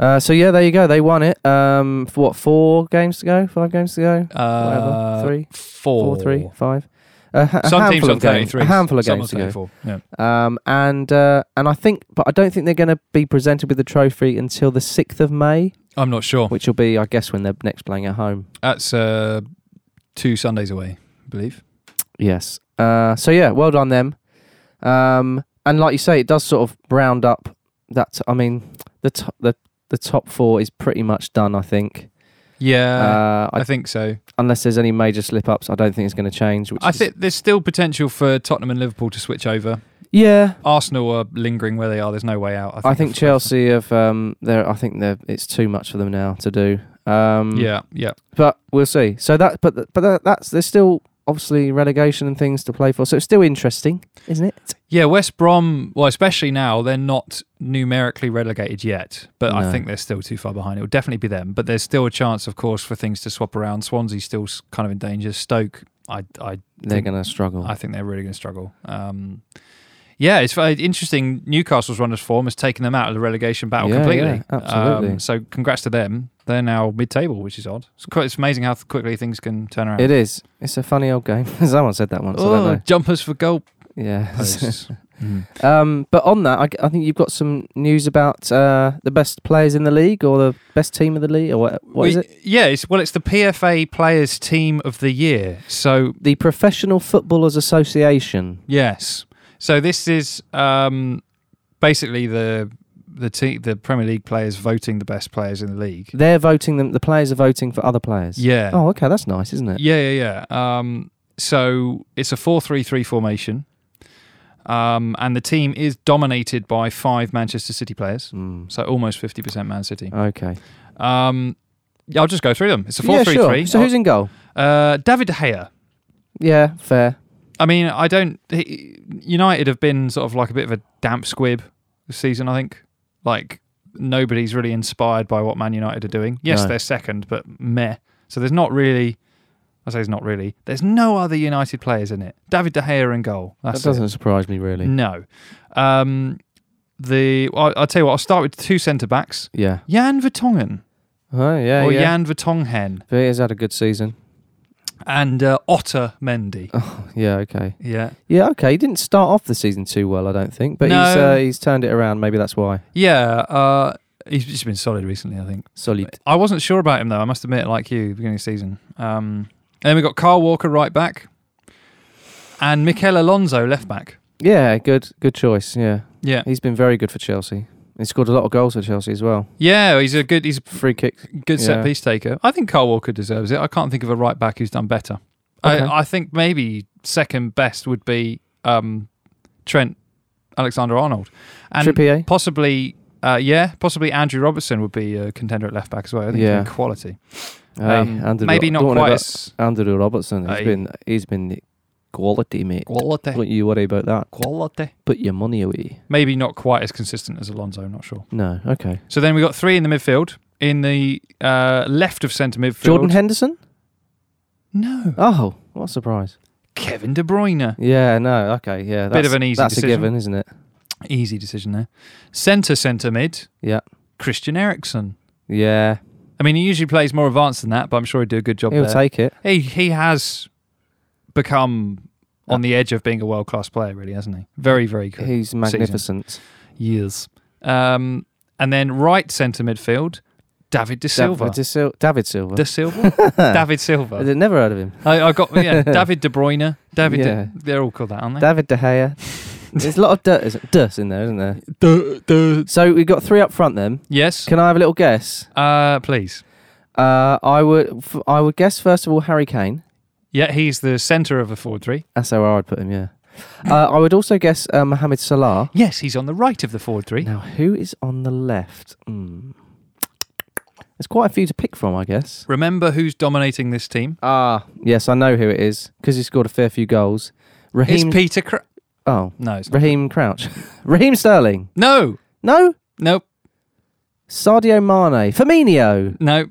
Speaker 3: Uh, so yeah, there you go. They won it. Um, for what? Four games to go. Five games to go.
Speaker 2: uh,
Speaker 3: Three?
Speaker 2: four,
Speaker 3: Four, three, five. A, ha- a
Speaker 2: Some
Speaker 3: handful
Speaker 2: teams
Speaker 3: of
Speaker 2: on
Speaker 3: games.
Speaker 2: thirty-three.
Speaker 3: A handful of
Speaker 2: Some
Speaker 3: games
Speaker 2: on
Speaker 3: to go.
Speaker 2: 34. Yeah.
Speaker 3: Um, and uh, and I think, but I don't think they're going to be presented with the trophy until the sixth of May,
Speaker 2: I'm not sure.
Speaker 3: which will be, I guess, when they're next playing at home.
Speaker 2: That's uh, two Sundays away, I believe.
Speaker 3: Yes. Uh, so yeah, well done them. Um, and like you say, it does sort of round up that. I mean, the top, the the top four is pretty much done. I think. Uh,
Speaker 2: Yeah, I
Speaker 3: I,
Speaker 2: think so.
Speaker 3: unless there's any major slip ups, I don't think it's going to change. Which
Speaker 2: I
Speaker 3: is-
Speaker 2: think there's still potential for Tottenham and Liverpool to switch over.
Speaker 3: Yeah,
Speaker 2: Arsenal are lingering where they are. There's no way out.
Speaker 3: I think
Speaker 2: if-
Speaker 3: Chelsea have. Um, they're. I think they're. It's too much for them now to do. Um,
Speaker 2: Mm. Yeah, yeah.
Speaker 3: But we'll see. So that. But th- but that, that's. There's still. obviously relegation and things to play for. So it's still interesting, isn't it?
Speaker 2: Yeah, West Brom, well, especially now, they're not numerically relegated yet, but I
Speaker 3: No.
Speaker 2: think they're still too far behind. It will definitely be them, but there's still a chance, of course, for things to swap around. Swansea's still s- kind of in danger. Stoke, I, I,
Speaker 3: They're
Speaker 2: Think-
Speaker 3: going to struggle.
Speaker 2: I think they're really going to struggle. Um, yeah, it's very interesting. Newcastle's run of form has taken them out of the relegation battle
Speaker 3: Yeah,
Speaker 2: completely. Um,
Speaker 3: yeah, absolutely.
Speaker 2: so congrats to them. They're now mid-table, which is odd. It's, quite, it's amazing how quickly things can turn around.
Speaker 3: it is. It's a funny old game. Someone said that once. I don't
Speaker 2: Oh,
Speaker 3: know.
Speaker 2: jumpers for goal
Speaker 3: Yeah.
Speaker 2: posts. Mm.
Speaker 3: um, but on that, I, g- I think you've got some news about uh, the best players in the league or the best team of the league or what, what is
Speaker 2: We-
Speaker 3: it?
Speaker 2: Yeah, it's well, it's the PFA Players Team of the Year. So
Speaker 3: The Professional Footballers Association.
Speaker 2: yes, so this is um, basically the the te- the Premier League players voting the best players in the league.
Speaker 3: They're voting them. The players are voting for other players.
Speaker 2: Yeah,
Speaker 3: Oh, okay. That's nice, isn't it?
Speaker 2: yeah, yeah, yeah. Um, so it's a four-three-three formation, um, and the team is dominated by five Manchester City players.
Speaker 3: Mm.
Speaker 2: So almost fifty percent Man City.
Speaker 3: Okay.
Speaker 2: Um, yeah, I'll just go through them. It's a
Speaker 3: yeah, sure.
Speaker 2: four-three-three.
Speaker 3: So who's in goal?
Speaker 2: uh, David De Gea.
Speaker 3: Yeah, fair.
Speaker 2: I mean, I don't. he- United have been sort of like a bit of a damp squib this season. I think like nobody's really inspired by what Man United are doing. Yes,
Speaker 3: No.
Speaker 2: they're second, but meh. So there's not really. I say it's not really. There's no other United players in it. David de Gea in goal. That's
Speaker 3: that doesn't surprise me
Speaker 2: it.
Speaker 3: really.
Speaker 2: No. Um, the I, I'll tell you what. I'll start with two centre backs.
Speaker 3: Yeah.
Speaker 2: Jan Vertonghen
Speaker 3: Oh yeah.
Speaker 2: or
Speaker 3: yeah.
Speaker 2: Jan Vertonghen
Speaker 3: But he has had a good season.
Speaker 2: and uh, Otter
Speaker 3: Oh.
Speaker 2: Mendy.
Speaker 3: Yeah. Okay.
Speaker 2: Yeah.
Speaker 3: Yeah. Okay. He didn't start off the season too well, I don't think, but he's
Speaker 2: No.
Speaker 3: uh, he's turned it around. Maybe that's why.
Speaker 2: Yeah. Uh, he's just been solid recently. I think.
Speaker 3: Solid.
Speaker 2: I wasn't sure about him though. I must admit, like you, beginning of season. Um, and then we got Carl Walker right back, and Mikel Alonso left back.
Speaker 3: Yeah. Good. Good choice. Yeah.
Speaker 2: Yeah,
Speaker 3: He's been very good for Chelsea. He scored a lot of goals for Chelsea as well.
Speaker 2: yeah, he's a good, he's a
Speaker 3: Free kick.
Speaker 2: good set
Speaker 3: Yeah.
Speaker 2: piece taker. I think Carl Walker deserves it. I can't think of a right back who's done better.
Speaker 3: Okay.
Speaker 2: I, I think maybe second best would be um, Trent Alexander Arnold, and
Speaker 3: Trippier.
Speaker 2: possibly. Uh, yeah, possibly Andrew Robertson would be a contender at left back as well. I think he's
Speaker 3: Yeah.
Speaker 2: been quality.
Speaker 3: Hey,
Speaker 2: Um,
Speaker 3: Andrew
Speaker 2: maybe
Speaker 3: Ro-
Speaker 2: not
Speaker 3: don't worry
Speaker 2: quite
Speaker 3: about
Speaker 2: as
Speaker 3: Andrew Robertson. He's
Speaker 2: Aye.
Speaker 3: been he's been quality mate.
Speaker 2: quality.
Speaker 3: Don't you worry about that.
Speaker 2: Quality.
Speaker 3: Put your money away.
Speaker 2: Maybe not quite as consistent as Alonso. Not sure.
Speaker 3: No. Okay.
Speaker 2: So then we got three in the midfield. In the uh, left of centre midfield,
Speaker 3: Jordan Henderson.
Speaker 2: no,
Speaker 3: Oh, what a surprise.
Speaker 2: Kevin De Bruyne.
Speaker 3: Yeah, no, okay, yeah. That's,
Speaker 2: of an easy
Speaker 3: That's a
Speaker 2: decision.
Speaker 3: given, isn't it?
Speaker 2: Easy decision there. Centre centre mid.
Speaker 3: Yeah.
Speaker 2: Christian Eriksen.
Speaker 3: Yeah,
Speaker 2: I mean, he usually plays more advanced than that, but I'm sure he'd do a good job
Speaker 3: he'll
Speaker 2: there.
Speaker 3: take it.
Speaker 2: he he has become on the edge of being a world class player, really, hasn't he? Very very good.
Speaker 3: He's magnificent.
Speaker 2: Years. Um, and then right centre midfield, David De Silva.
Speaker 3: David, uh, Sil- David Silva.
Speaker 2: De Silva. David Silva.
Speaker 3: I'd never heard of him.
Speaker 2: I, I got yeah, David De Bruyne, David.
Speaker 3: Yeah.
Speaker 2: De, they're all called that, aren't they?
Speaker 3: David De Gea. There's a lot of dirt, is it? dirt in there, isn't there? So we've got three up front then.
Speaker 2: yes.
Speaker 3: Can I have a little guess?
Speaker 2: Uh, please.
Speaker 3: Uh, I would f- I would guess, first of all, Harry Kane.
Speaker 2: Yeah, he's the centre of a forward three.
Speaker 3: That's how I would put him, yeah. Uh, I would also guess uh, Mohamed Salah.
Speaker 2: Yes, he's on the right of the forward three.
Speaker 3: Now, who is on the left? Hmm. There's quite a few to pick from, I guess.
Speaker 2: Remember who's dominating this team?
Speaker 3: Ah, yes, I know who it is because he scored a fair few goals. Raheem.
Speaker 2: It's Peter. Cr-
Speaker 3: oh,
Speaker 2: no, it's not.
Speaker 3: Raheem Crouch, Raheem Sterling.
Speaker 2: no,
Speaker 3: No,
Speaker 2: nope,
Speaker 3: Sadio Mane, Firmino.
Speaker 2: no.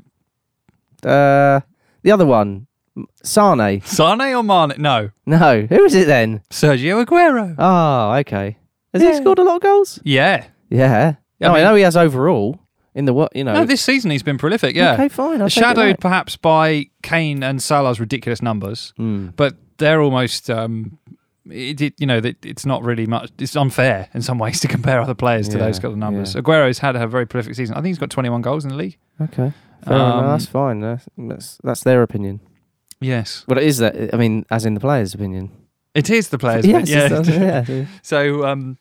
Speaker 3: Uh, the other one, M- Sane.
Speaker 2: Sane or Mane? No,
Speaker 3: No, who is it then?
Speaker 2: Sergio Aguero.
Speaker 3: Oh, okay. Has he
Speaker 2: Yeah.
Speaker 3: scored a lot of goals?
Speaker 2: Yeah.
Speaker 3: Yeah.
Speaker 2: Yeah,
Speaker 3: no,
Speaker 2: I
Speaker 3: I
Speaker 2: mean-
Speaker 3: know he has overall in the what you know.
Speaker 2: No, this season he's been prolific. Yeah.
Speaker 3: Okay, fine. I'll take it
Speaker 2: Shadowed
Speaker 3: back.
Speaker 2: perhaps by Kane and Salah's ridiculous numbers,
Speaker 3: Hmm.
Speaker 2: but they're almost. Um, it, it- you know, that it's not really much. It's unfair in some ways to compare other players to
Speaker 3: Yeah,
Speaker 2: those kind of numbers.
Speaker 3: yeah.
Speaker 2: Aguero's had a very prolific season. I think he's got 21 goals in the league.
Speaker 3: Okay. Fair enough,
Speaker 2: Um,
Speaker 3: that's fine. That's, that's that's their opinion.
Speaker 2: Yes,
Speaker 3: Well, it is that. I mean, as in the players' opinion.
Speaker 2: it is the players.
Speaker 3: yes.
Speaker 2: but yeah.
Speaker 3: it's- that's- yeah. Um,
Speaker 2: so, um,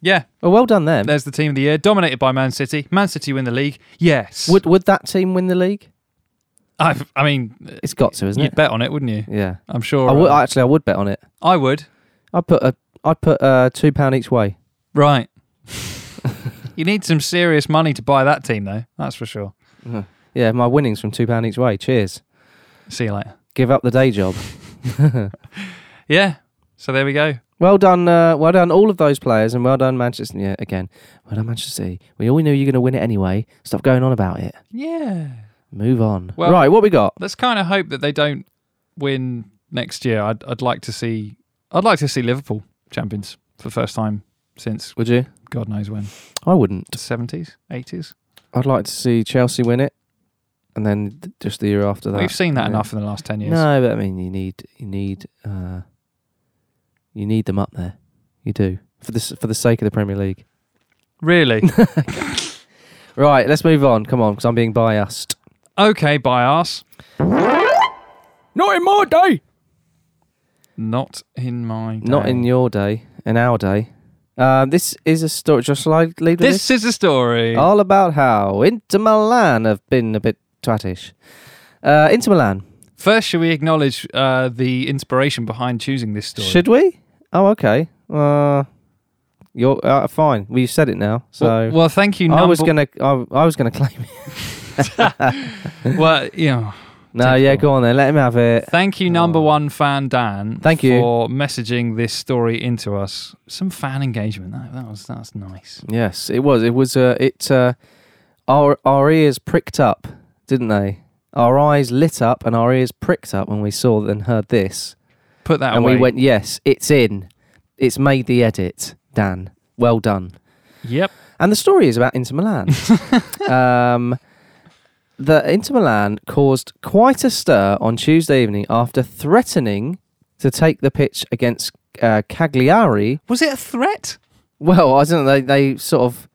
Speaker 2: yeah,
Speaker 3: Well, well done them.
Speaker 2: there's the team of the year, dominated by Man City. Man City win the league. Yes,
Speaker 3: Would would that team win the league?
Speaker 2: I? I mean,
Speaker 3: It's got to, isn't
Speaker 2: you'd
Speaker 3: it?
Speaker 2: bet on it, wouldn't you?
Speaker 3: Yeah.
Speaker 2: I'm sure.
Speaker 3: I would
Speaker 2: uh,
Speaker 3: actually. I would bet on it.
Speaker 2: I would.
Speaker 3: I put a. I put uh, two pound each way.
Speaker 2: Right. you need some serious money to buy that team, though. That's for sure.
Speaker 3: Yeah, my winnings from two pound each way. Cheers.
Speaker 2: See you later.
Speaker 3: Give up the day job.
Speaker 2: yeah. So there we go.
Speaker 3: Well done, uh, well done, all of those players, and well done, Manchester. Yeah, again, well done, Manchester City. We all knew you were going to win it anyway. Stop going on about it.
Speaker 2: Yeah.
Speaker 3: Move on.
Speaker 2: Well-
Speaker 3: right, what we got?
Speaker 2: Let's kind of hope that they don't win next year. I'd, I'd like to see I'd like to see Liverpool champions for the first time since
Speaker 3: Would you?
Speaker 2: God knows when.
Speaker 3: I wouldn't.
Speaker 2: The 70s, 80s.
Speaker 3: I'd like to see Chelsea win it, and then th- just the year after that.
Speaker 2: We've seen that
Speaker 3: Yeah.
Speaker 2: enough in the last 10 years.
Speaker 3: No, but I mean, you need, you need, uh, you need them up there. You do for this for the sake of the Premier League.
Speaker 2: Really?
Speaker 3: Right, let's move on. Come on, because I'm being biased.
Speaker 2: okay, bias.
Speaker 5: Not in my day.
Speaker 2: Not in my
Speaker 3: Not
Speaker 2: day.
Speaker 3: in your day, in our day. Um, this is a story. Just shall I lead with this?
Speaker 2: This is a story.
Speaker 3: All about how Inter Milan have been a bit twattish. Uh, Inter Milan,
Speaker 2: First, should we acknowledge uh, the inspiration behind choosing this story?
Speaker 3: should we? Oh, okay. Uh, you're uh, fine. Well, you said it now, so
Speaker 2: well, well, thank you. Number,
Speaker 3: I was gonna, I, I was gonna claim it.
Speaker 2: Well, you know,
Speaker 3: No, yeah, go on then. Let him have it.
Speaker 2: thank you, number one fan Dan.
Speaker 3: Oh. Thank you.
Speaker 2: for messaging this story into us. Some fan engagement. That, that was that's nice.
Speaker 3: Yes, it was. It was. Uh, it. Uh, our our ears pricked up, didn't they? Our eyes lit up and our ears pricked up when we saw and heard this,
Speaker 2: Put that
Speaker 3: and
Speaker 2: away.
Speaker 3: we went, "Yes, it's in. It's made the edit, Dan. Well done."
Speaker 2: Yep.
Speaker 3: And the story is about Inter Milan. um, the Inter Milan caused quite a stir on Tuesday evening after threatening to take the pitch against uh, Cagliari.
Speaker 2: Was it a threat?
Speaker 3: Well, I don't know. They, they sort of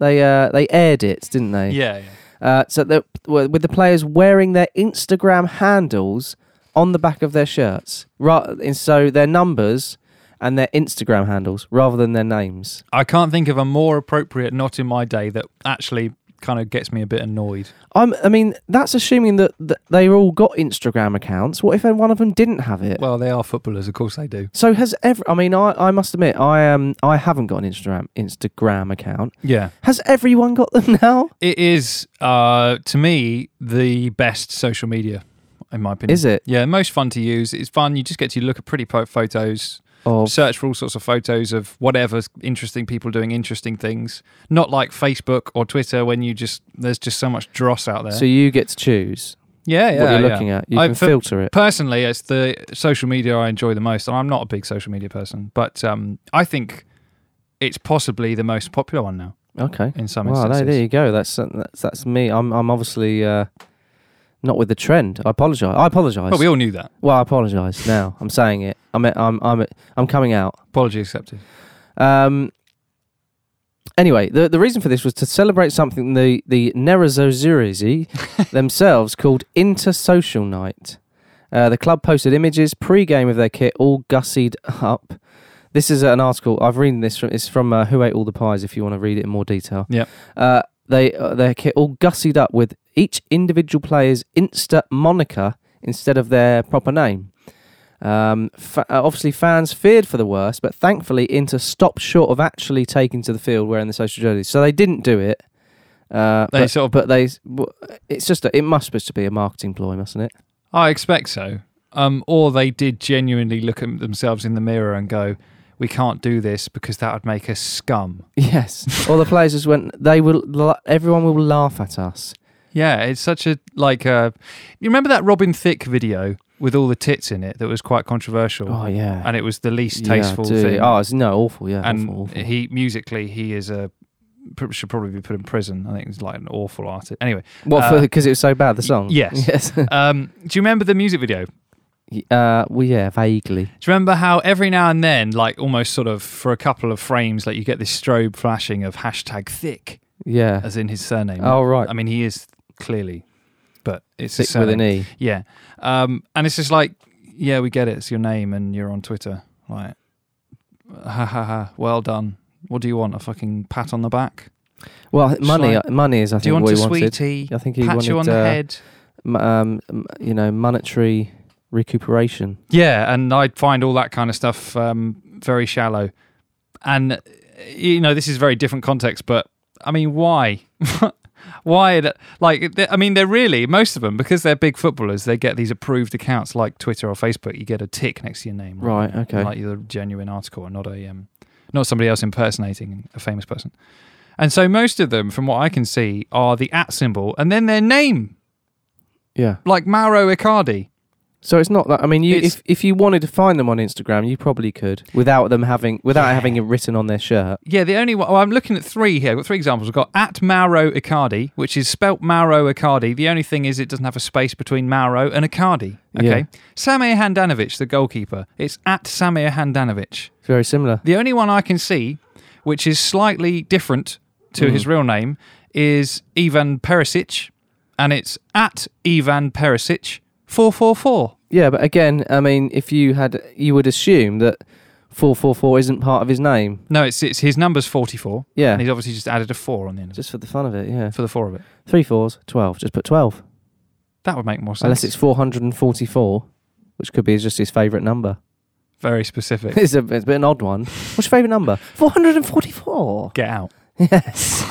Speaker 3: they uh, they aired it, didn't they?
Speaker 2: Yeah. yeah.
Speaker 3: Uh, so the, with the players wearing their Instagram handles on the back of their shirts, ra- and so their numbers and their Instagram handles rather than their names.
Speaker 2: I can't think of a more appropriate not in my day that actually kind of gets me a bit annoyed.
Speaker 3: I'm, I mean, that's assuming that, that they all got Instagram accounts. What if one of them didn't have it?
Speaker 2: Well, they are footballers, of course they do.
Speaker 3: so has every? I mean, I, I must admit, I um, I haven't got an Instagram Instagram account.
Speaker 2: Yeah.
Speaker 3: Has everyone got them now?
Speaker 2: It is, uh, to me, the best social media, in my opinion.
Speaker 3: Is it?
Speaker 2: Yeah, most fun to use. It's fun. You just get to look at pretty po- photos,
Speaker 3: Or
Speaker 2: search for all sorts of photos of whatever interesting people doing interesting things. Not like Facebook or Twitter when you just there's just so much dross out there.
Speaker 3: so you get to choose
Speaker 2: yeah, yeah,
Speaker 3: what you're
Speaker 2: yeah.
Speaker 3: looking at. You
Speaker 2: I-
Speaker 3: can
Speaker 2: for-
Speaker 3: filter it.
Speaker 2: Personally, it's the social media I enjoy the most, and I'm not a big social media person, but um, I think it's possibly the most popular one now
Speaker 3: Okay.
Speaker 2: in some
Speaker 3: Wow, no,
Speaker 2: instances.
Speaker 3: there you go. That's uh, that's that's me. I'm I'm obviously uh, not with the trend. I apologise. I apologise.
Speaker 2: Well, we all knew that.
Speaker 3: well, I apologise now. I'm saying it. I'm I'm I'm I'm coming out.
Speaker 2: Apology accepted.
Speaker 3: Um, anyway, the, the reason for this was to celebrate something the, the Nerazzurri themselves called Intersocial Night. Uh, the club posted images pre-game of their kit, all gussied up. This is uh, an article I've read. This from it's from uh, Who Ate All the Pies. If you want to read it in more detail,
Speaker 2: Yep.
Speaker 3: Uh, they uh, their kit all gussied up with each individual player's Insta moniker instead of their proper name. Um, fa- uh, obviously, fans feared for the worst, but thankfully, Inter stopped short of actually taking to the field wearing the social jerseys. So they didn't do it. Uh,
Speaker 2: They
Speaker 3: but,
Speaker 2: sort of-
Speaker 3: but they, w- it's just, a, it must just be a marketing ploy, mustn't it?
Speaker 2: I expect so. Um, or they did genuinely look at themselves in the mirror and go, "We can't do this because that would make us scum."
Speaker 3: Yes. All the players just went. They will. la- Everyone will laugh at us.
Speaker 2: Yeah, it's such a like. Uh, you remember that Robin Thicke video with all the tits in it that was quite controversial,
Speaker 3: Oh yeah.
Speaker 2: and it was the least
Speaker 3: Yeah,
Speaker 2: tasteful
Speaker 3: do.
Speaker 2: thing.
Speaker 3: Oh, it's no awful. Yeah.
Speaker 2: and
Speaker 3: awful, awful.
Speaker 2: he musically he is a pr- should probably be put in prison. I think he's like an awful artist. Anyway,
Speaker 3: What?
Speaker 2: uh,
Speaker 3: Because it was so bad. The song.
Speaker 2: yes.
Speaker 3: Yes.
Speaker 2: um, do you remember the music video?
Speaker 3: uh, well, yeah, vaguely.
Speaker 2: Do you remember how every now and then, like almost sort of for a couple of frames, like you get this strobe flashing of hashtag thick
Speaker 3: Yeah.
Speaker 2: as in his surname?
Speaker 3: Oh right.
Speaker 2: I mean, he is clearly, but it's his
Speaker 3: Sick with an
Speaker 2: surname.
Speaker 3: e.
Speaker 2: Yeah, um, and it's just like, yeah, we get it. It's your name, and you're on Twitter, right? Ha ha ha! Well done. What do you want? A fucking pat on the back?
Speaker 3: Well, money. uh,
Speaker 2: like-
Speaker 3: money is. I think
Speaker 2: Do you want
Speaker 3: what
Speaker 2: a
Speaker 3: he wanted.
Speaker 2: sweetie?
Speaker 3: I think he
Speaker 2: pat
Speaker 3: wanted
Speaker 2: you on the
Speaker 3: uh,
Speaker 2: head.
Speaker 3: m- um, m- you know, monetary recuperation.
Speaker 2: Yeah, and I find all that kind of stuff um, very shallow. uh, And you know, this is very different context, but I mean, why? Why? th- Like, th- I mean, they're really most of them because they're big footballers. They get these approved accounts like Twitter or Facebook. You get a tick next to your name,
Speaker 3: Right, okay.
Speaker 2: Like you're a genuine article, and not a um, not somebody else impersonating a famous person. And so most of them, from what I can see, are the at symbol and then their name,
Speaker 3: Yeah.
Speaker 2: like Mauro Icardi.
Speaker 3: So it's not that. I mean, you,
Speaker 2: It's-
Speaker 3: if if you wanted to find them on Instagram, you probably could without them having without having it written on their shirt.
Speaker 2: Yeah, the only one. Well, I'm looking at three here. I've got three examples. I've got at Mauro Icardi, which is spelt Mauro Icardi. The only thing is it doesn't have a space between Mauro and Icardi. Okay. Samir Handanovic, the goalkeeper. It's at Samir Handanovic.
Speaker 3: It's very similar.
Speaker 2: The only one I can see, which is slightly different to
Speaker 3: Mm.
Speaker 2: his real name, is Ivan Perisic, and it's at Ivan Perisic 444.
Speaker 3: Yeah, but again, I mean, if you had, you would assume that four four four isn't part of his name.
Speaker 2: No, it's, it's his number's 44.
Speaker 3: Yeah.
Speaker 2: And he's obviously just added a four on the end of it,
Speaker 3: Just for the fun of it, yeah.
Speaker 2: for the four of it.
Speaker 3: Three fours, twelve. Just put twelve,
Speaker 2: That would make more sense.
Speaker 3: unless it's four hundred and forty-four, which could be just his favourite number.
Speaker 2: very specific.
Speaker 3: It's a, it's a bit an odd one. What's your favourite number? Four hundred and forty-four.
Speaker 2: get out.
Speaker 3: Yes.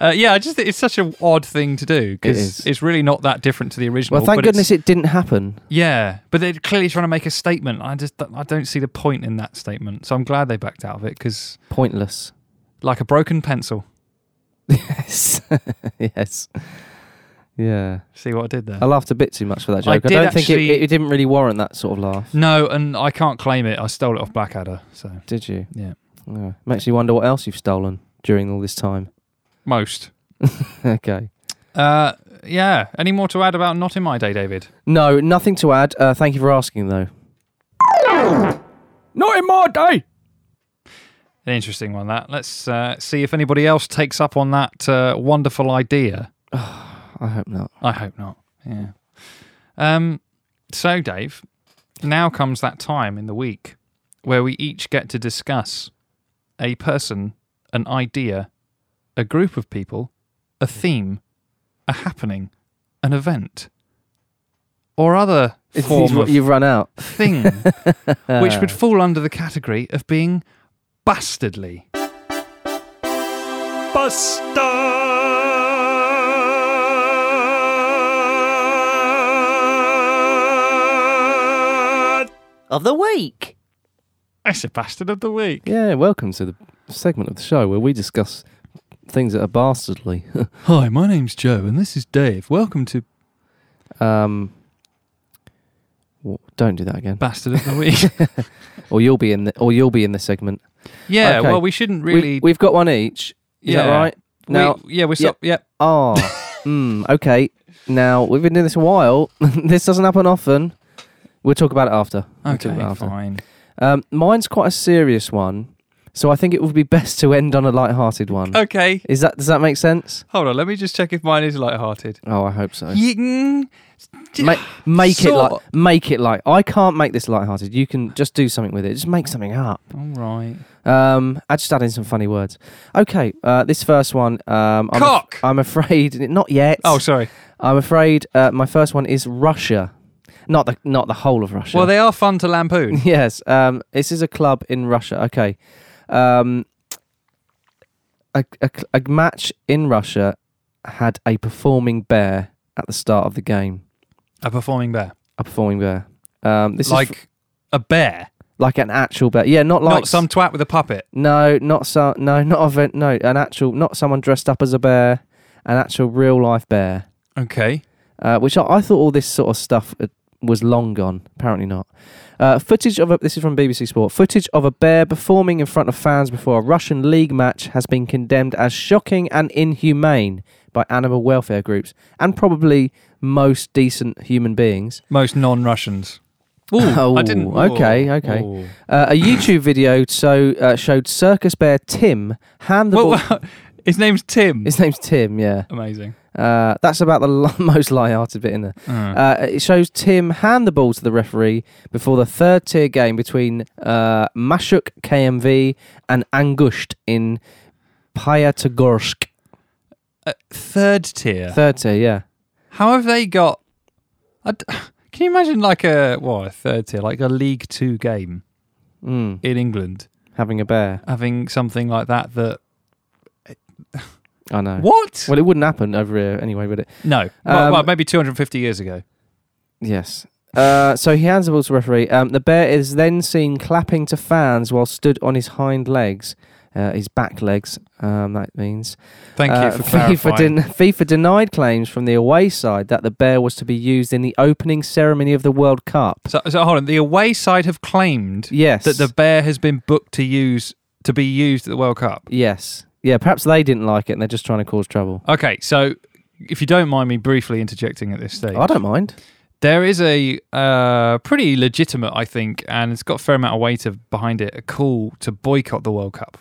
Speaker 2: Uh, yeah, I just think it's such an odd thing to do
Speaker 3: It
Speaker 2: because
Speaker 3: is.
Speaker 2: it's really not that different to the original.
Speaker 3: Well, thank
Speaker 2: but
Speaker 3: goodness
Speaker 2: it's-
Speaker 3: it didn't happen.
Speaker 2: yeah, but they're clearly trying to make a statement. I just don't- I don't see the point in that statement, so I'm glad they backed out of it because
Speaker 3: Pointless.
Speaker 2: like a broken pencil.
Speaker 3: Yes. yes. Yeah.
Speaker 2: See what I did there?
Speaker 3: I laughed a bit too much for that
Speaker 2: I
Speaker 3: joke. I,
Speaker 2: did
Speaker 3: don't think
Speaker 2: actually-
Speaker 3: it, it, it didn't really warrant that sort of laugh.
Speaker 2: no, and I can't claim it. I stole it off Blackadder. So
Speaker 3: Did you?
Speaker 2: yeah,
Speaker 3: Yeah. Makes you wonder what else you've stolen during all this time.
Speaker 2: most.
Speaker 3: okay.
Speaker 2: Uh, yeah. Any more to add about not in my day, David?
Speaker 3: No, nothing to add. Uh, thank you for asking, though.
Speaker 5: Not in my day.
Speaker 2: An interesting one. That. Let's uh, see if anybody else takes up on that uh, wonderful idea.
Speaker 3: I hope not.
Speaker 2: I hope not. Yeah. Um, so, Dave, now comes that time in the week where we each get to discuss a person, an idea, a group of people, a theme, a happening, an event, or other
Speaker 3: It's
Speaker 2: form
Speaker 3: what
Speaker 2: of
Speaker 3: you've run out.
Speaker 2: thing, which would fall under the category of being bastardly.
Speaker 6: of the week.
Speaker 2: It's a bastard of the week.
Speaker 3: Yeah, welcome to the segment of the show where we discuss things that are bastardly.
Speaker 2: Hi, my name's Joe, and this is Dave. Welcome to
Speaker 3: um, w- don't do that again,
Speaker 2: Bastard of the Week.
Speaker 3: or you'll be in the or you'll be in the segment.
Speaker 2: Yeah,
Speaker 3: Okay.
Speaker 2: well, we shouldn't
Speaker 3: We-
Speaker 2: really.
Speaker 3: we've got one each. Is
Speaker 2: yeah,
Speaker 3: that right?
Speaker 2: We-
Speaker 3: Now,
Speaker 2: yeah, we're so, yeah.
Speaker 3: Ah, mm, okay. Now we've been doing this a while. this doesn't happen often. We'll talk about it after. We'll talk
Speaker 2: Okay,
Speaker 3: about it after.
Speaker 2: fine.
Speaker 3: Um, mine's quite a serious one, so I think it would be best to end on a light-hearted one.
Speaker 2: Okay,
Speaker 3: Is that does that make sense?
Speaker 2: hold on. Let me just check if mine is light-hearted.
Speaker 3: Oh, I hope so.
Speaker 2: Ying.
Speaker 3: Ma- make it
Speaker 2: Sort-
Speaker 3: like make it like I can't make this light-hearted. You can just do something with it. Just make something up.
Speaker 2: All right.
Speaker 3: Um, I just add in some funny words. Okay, uh, this first one. Um, I'm af-
Speaker 2: Cock!
Speaker 3: I'm afraid not yet.
Speaker 2: Oh, sorry.
Speaker 3: I'm afraid uh, my first one is Russia, not the not the whole of Russia.
Speaker 2: Well, they are fun to lampoon.
Speaker 3: yes. Um, this is a club in Russia. Okay, um, a, a cl- a match in Russia had a performing bear at the start of the game.
Speaker 2: a performing bear,
Speaker 3: A performing bear. Um, this
Speaker 2: like
Speaker 3: is f-
Speaker 2: a bear,
Speaker 3: like an actual bear. Yeah, not like
Speaker 2: not some twat with a puppet.
Speaker 3: No, not so. No, not a ve- no. An actual, not someone dressed up as a bear. An actual real life bear.
Speaker 2: Okay.
Speaker 3: uh, which I, I thought all this sort of stuff uh, was long gone. Apparently not. Uh, footage of a, this is from BBC Sport. Footage of a bear performing in front of fans before a Russian league match has been condemned as shocking and inhumane by animal welfare groups and probably most decent human beings.
Speaker 2: Most non-Russians. Ooh, I didn't.
Speaker 3: Oh, okay,
Speaker 2: ooh,
Speaker 3: okay.
Speaker 2: ooh.
Speaker 3: Uh, a YouTube video so uh, showed circus bear Tim hand the
Speaker 2: Well,
Speaker 3: ball.
Speaker 2: well, his name's Tim.
Speaker 3: His name's Tim. Yeah,
Speaker 2: Amazing.
Speaker 3: uh, that's about the li- most light-hearted bit in there. Uh, it shows Tim hand the ball to the referee before the third tier game between uh, Mashuk KMV and Angusht in Pyatagorsk.
Speaker 2: Uh, third tier.
Speaker 3: Third tier, yeah.
Speaker 2: How have they got? I d- can you imagine like a what a third tier, like a League Two game
Speaker 3: Mm,
Speaker 2: in England
Speaker 3: having a bear.
Speaker 2: having something like that that
Speaker 3: I know.
Speaker 2: What?
Speaker 3: Well, it wouldn't happen over here anyway, would it?
Speaker 2: no. well,
Speaker 3: Um,
Speaker 2: well, maybe 250 years ago.
Speaker 3: Yes. Uh, so he hands the ball to the referee. Um, the bear is then seen clapping to fans while stood on his hind legs, uh, his back legs. Um, that means.
Speaker 2: Thank
Speaker 3: Uh,
Speaker 2: you for
Speaker 3: FIFA,
Speaker 2: clarifying.
Speaker 3: den- FIFA denied claims from the away side that the bear was to be used in the opening ceremony of the World Cup.
Speaker 2: So, so hold on. The away side have claimed
Speaker 3: Yes.
Speaker 2: that the bear has been booked to use to be used at the World Cup.
Speaker 3: Yes. Yeah, perhaps they didn't like it and they're just trying to cause trouble.
Speaker 2: Okay, so if you don't mind me briefly interjecting at this stage,
Speaker 3: I don't mind.
Speaker 2: there is a uh, pretty legitimate, I think, and it's got a fair amount of weight of, behind it, a call to boycott the World Cup.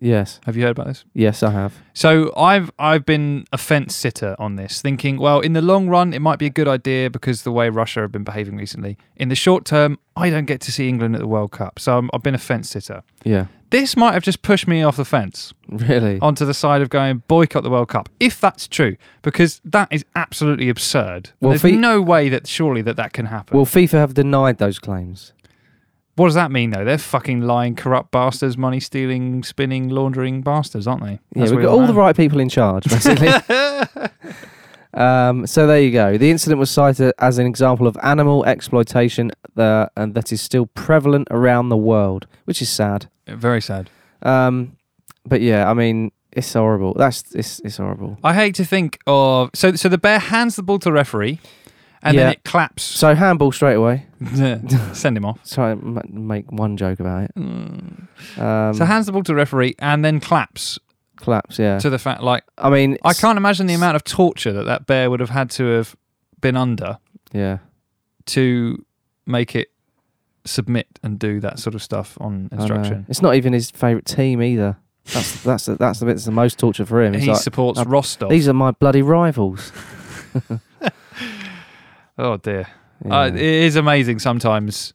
Speaker 3: Yes.
Speaker 2: Have you heard about this?
Speaker 3: Yes, I have.
Speaker 2: So I've I've been a fence sitter on this, thinking, well, in the long run, it might be a good idea because the way Russia have been behaving recently. In the short term, I don't get to see England at the World Cup, so I'm, I've been a fence sitter.
Speaker 3: Yeah.
Speaker 2: This might have just pushed me off the fence
Speaker 3: Really?
Speaker 2: onto the side of going boycott the World Cup, if that's true, because that is absolutely absurd.
Speaker 3: Well,
Speaker 2: There's
Speaker 3: Fi-
Speaker 2: no way that surely that that can happen.
Speaker 3: Well, FIFA have denied those claims.
Speaker 2: what does that mean though? They're fucking lying, corrupt bastards, money stealing, spinning, laundering bastards, aren't they?
Speaker 3: Yeah,
Speaker 2: As
Speaker 3: we've
Speaker 2: we
Speaker 3: got all the
Speaker 2: know.
Speaker 3: right people in charge, basically. um, so there you go. The incident was cited as an example of animal exploitation uh, and that is still prevalent around the world, which is sad.
Speaker 2: Very sad.
Speaker 3: Um, but yeah, I mean, it's horrible. That's it's, it's horrible.
Speaker 2: I hate to think of so so the bear hands the ball to the referee and
Speaker 3: Yeah.
Speaker 2: then it claps
Speaker 3: So handball straight away.
Speaker 2: send him off.
Speaker 3: Try and m- make one joke about it.
Speaker 2: Mm.
Speaker 3: Um,
Speaker 2: so hands the ball to the referee and then claps
Speaker 3: claps. Yeah.
Speaker 2: to the fact like
Speaker 3: I mean,
Speaker 2: I
Speaker 3: it's-
Speaker 2: can't imagine the amount of torture that that bear would have had to have been under
Speaker 3: Yeah.
Speaker 2: to make it submit and do that sort of stuff on
Speaker 3: I know.
Speaker 2: instruction.
Speaker 3: It's not even his favourite team either. That's that's the, that's the bit that's the most torture for him. He's
Speaker 2: He
Speaker 3: like,
Speaker 2: supports
Speaker 3: uh,
Speaker 2: Rostov.
Speaker 3: these are my bloody rivals.
Speaker 2: oh dear,
Speaker 3: Yeah.
Speaker 2: uh, it is amazing sometimes,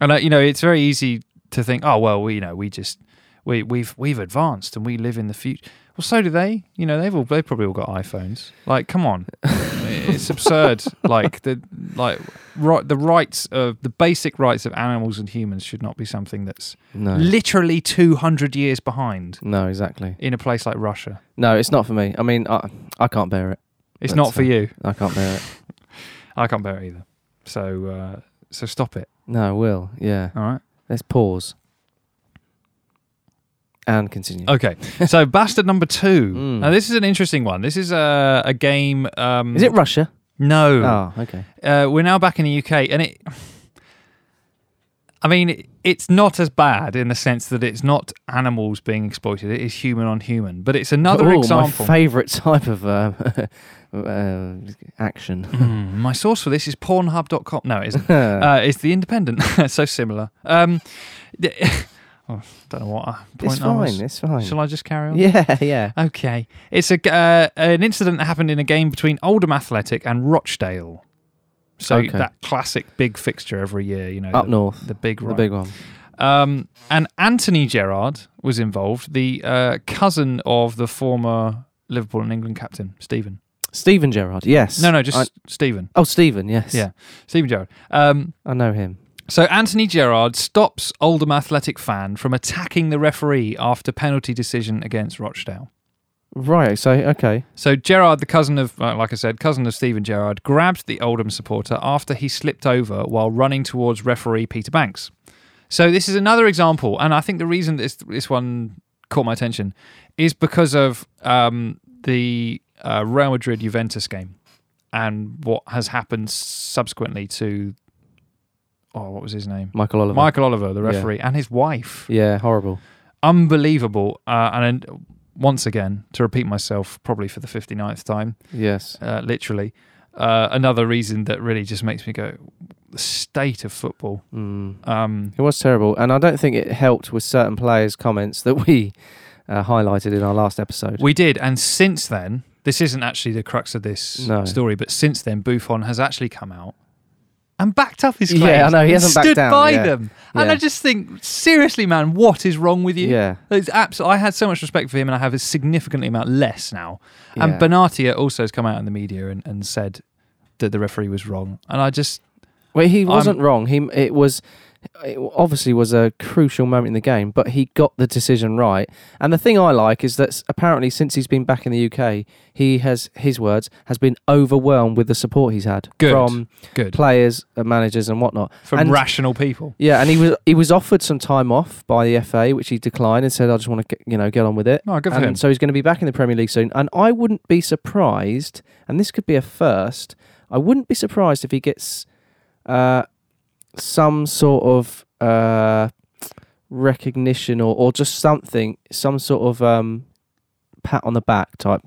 Speaker 2: and uh, you know it's very easy to think, oh well, we, you know, we just we we've we've advanced and we live in the future. Well, so do they. You know, they've all they've probably all got iPhones. Like, come on, it's absurd. Like the like right the rights of the basic rights of animals and humans should not be something that's
Speaker 3: no,
Speaker 2: literally two hundred years behind
Speaker 3: no, exactly.
Speaker 2: in a place like Russia.
Speaker 3: No, it's not for me. I mean, I I can't bear it.
Speaker 2: It's
Speaker 3: But,
Speaker 2: not for
Speaker 3: uh,
Speaker 2: you.
Speaker 3: I can't bear it.
Speaker 2: I can't bear it either. So uh, so stop it.
Speaker 3: No, I will. Yeah.
Speaker 2: All right.
Speaker 3: Let's pause and continue.
Speaker 2: Okay. So bastard number two.
Speaker 3: Mm.
Speaker 2: Now this is an interesting one. This is a a game. Um,
Speaker 3: Is it Russia?
Speaker 2: No.
Speaker 3: Oh, okay.
Speaker 2: Uh, we're now back in the UK, and it. I mean, it- it's not as bad in the sense that it's not animals being exploited. It is human on human, but it's another
Speaker 3: oh,
Speaker 2: example.
Speaker 3: My favourite type of um, uh, action.
Speaker 2: Mm, my source for this is Pornhub.com. No, it isn't. Uh, it's the Independent. so similar. Um, d- oh, don't know what I- point
Speaker 3: it's
Speaker 2: I was-
Speaker 3: fine. It's fine.
Speaker 2: Shall I just carry on? Uh,
Speaker 3: Yeah, yeah.
Speaker 2: Okay. It's a uh, an incident that happened in a game between Oldham Athletic and Rochdale. So
Speaker 3: Okay.
Speaker 2: that classic big fixture every year, you know,
Speaker 3: Up
Speaker 2: the,
Speaker 3: north,
Speaker 2: the big
Speaker 3: the
Speaker 2: right.
Speaker 3: big one.
Speaker 2: Um, and Anthony Gerrard was involved, the uh, cousin of the former Liverpool and England captain Stephen.
Speaker 3: Stephen Gerrard. Yes.
Speaker 2: No, no, just
Speaker 3: I-
Speaker 2: Stephen.
Speaker 3: oh, Stephen. Yes.
Speaker 2: Yeah, Stephen Gerrard. Um,
Speaker 3: I know him.
Speaker 2: so Anthony Gerrard stops Oldham Athletic fan from attacking the referee after penalty decision against Rochdale.
Speaker 3: Right. So okay.
Speaker 2: So Gerard, the cousin of, uh, like I said, cousin of Stephen Gerrard, grabbed the Oldham supporter after he slipped over while running towards referee Peter Banks. So this is another example, and I think the reason this this one caught my attention is because of um, the uh, Real Madrid Juventus game and what has happened subsequently to, oh, what was his name?
Speaker 3: Michael Oliver.
Speaker 2: Michael Oliver, the
Speaker 3: Yeah.
Speaker 2: referee, and his wife
Speaker 3: Yeah. Horrible.
Speaker 2: unbelievable. Uh, and then once again, to repeat myself, probably for the 59th time,
Speaker 3: Yes.
Speaker 2: uh, literally, uh, another reason that really just makes me go, the state of football.
Speaker 3: Mm.
Speaker 2: Um,
Speaker 3: It was terrible, and I don't think it helped with certain players' comments that we uh, highlighted in our last episode.
Speaker 2: we did. And since then, this isn't actually the crux of this
Speaker 3: No.
Speaker 2: story, but since then, Buffon has actually come out. And backed up his
Speaker 3: Yeah,
Speaker 2: claims.
Speaker 3: I know, he
Speaker 2: and
Speaker 3: hasn't backed
Speaker 2: stood
Speaker 3: down,
Speaker 2: by
Speaker 3: yeah.
Speaker 2: them, and
Speaker 3: Yeah.
Speaker 2: I just think, seriously, man, what is wrong with you?
Speaker 3: yeah.
Speaker 2: It's abs- I had so much respect for him, and I have a significantly amount less now.
Speaker 3: Yeah.
Speaker 2: And Benatia also has come out in the media and, and said that the referee was wrong. And I just
Speaker 3: Well, he
Speaker 2: I'm-
Speaker 3: wasn't wrong. He it was it obviously was a crucial moment in the game, but he got the decision right. And the thing I like is that s- apparently since he's been back in the UK, he has his words has been overwhelmed with the support he's had
Speaker 2: Good.
Speaker 3: from
Speaker 2: Good.
Speaker 3: players, and managers, and whatnot.
Speaker 2: From
Speaker 3: and,
Speaker 2: rational people.
Speaker 3: yeah, and he was he was offered some time off by the FA, which he declined and said, "I just want to you know get on with it."
Speaker 2: No, good for
Speaker 3: and
Speaker 2: him.
Speaker 3: So he's going to be back in the Premier League soon, and I wouldn't be surprised. And this could be a first. I wouldn't be surprised if he gets uh, some sort of uh, recognition or, or just something, some sort of um, pat on the back type.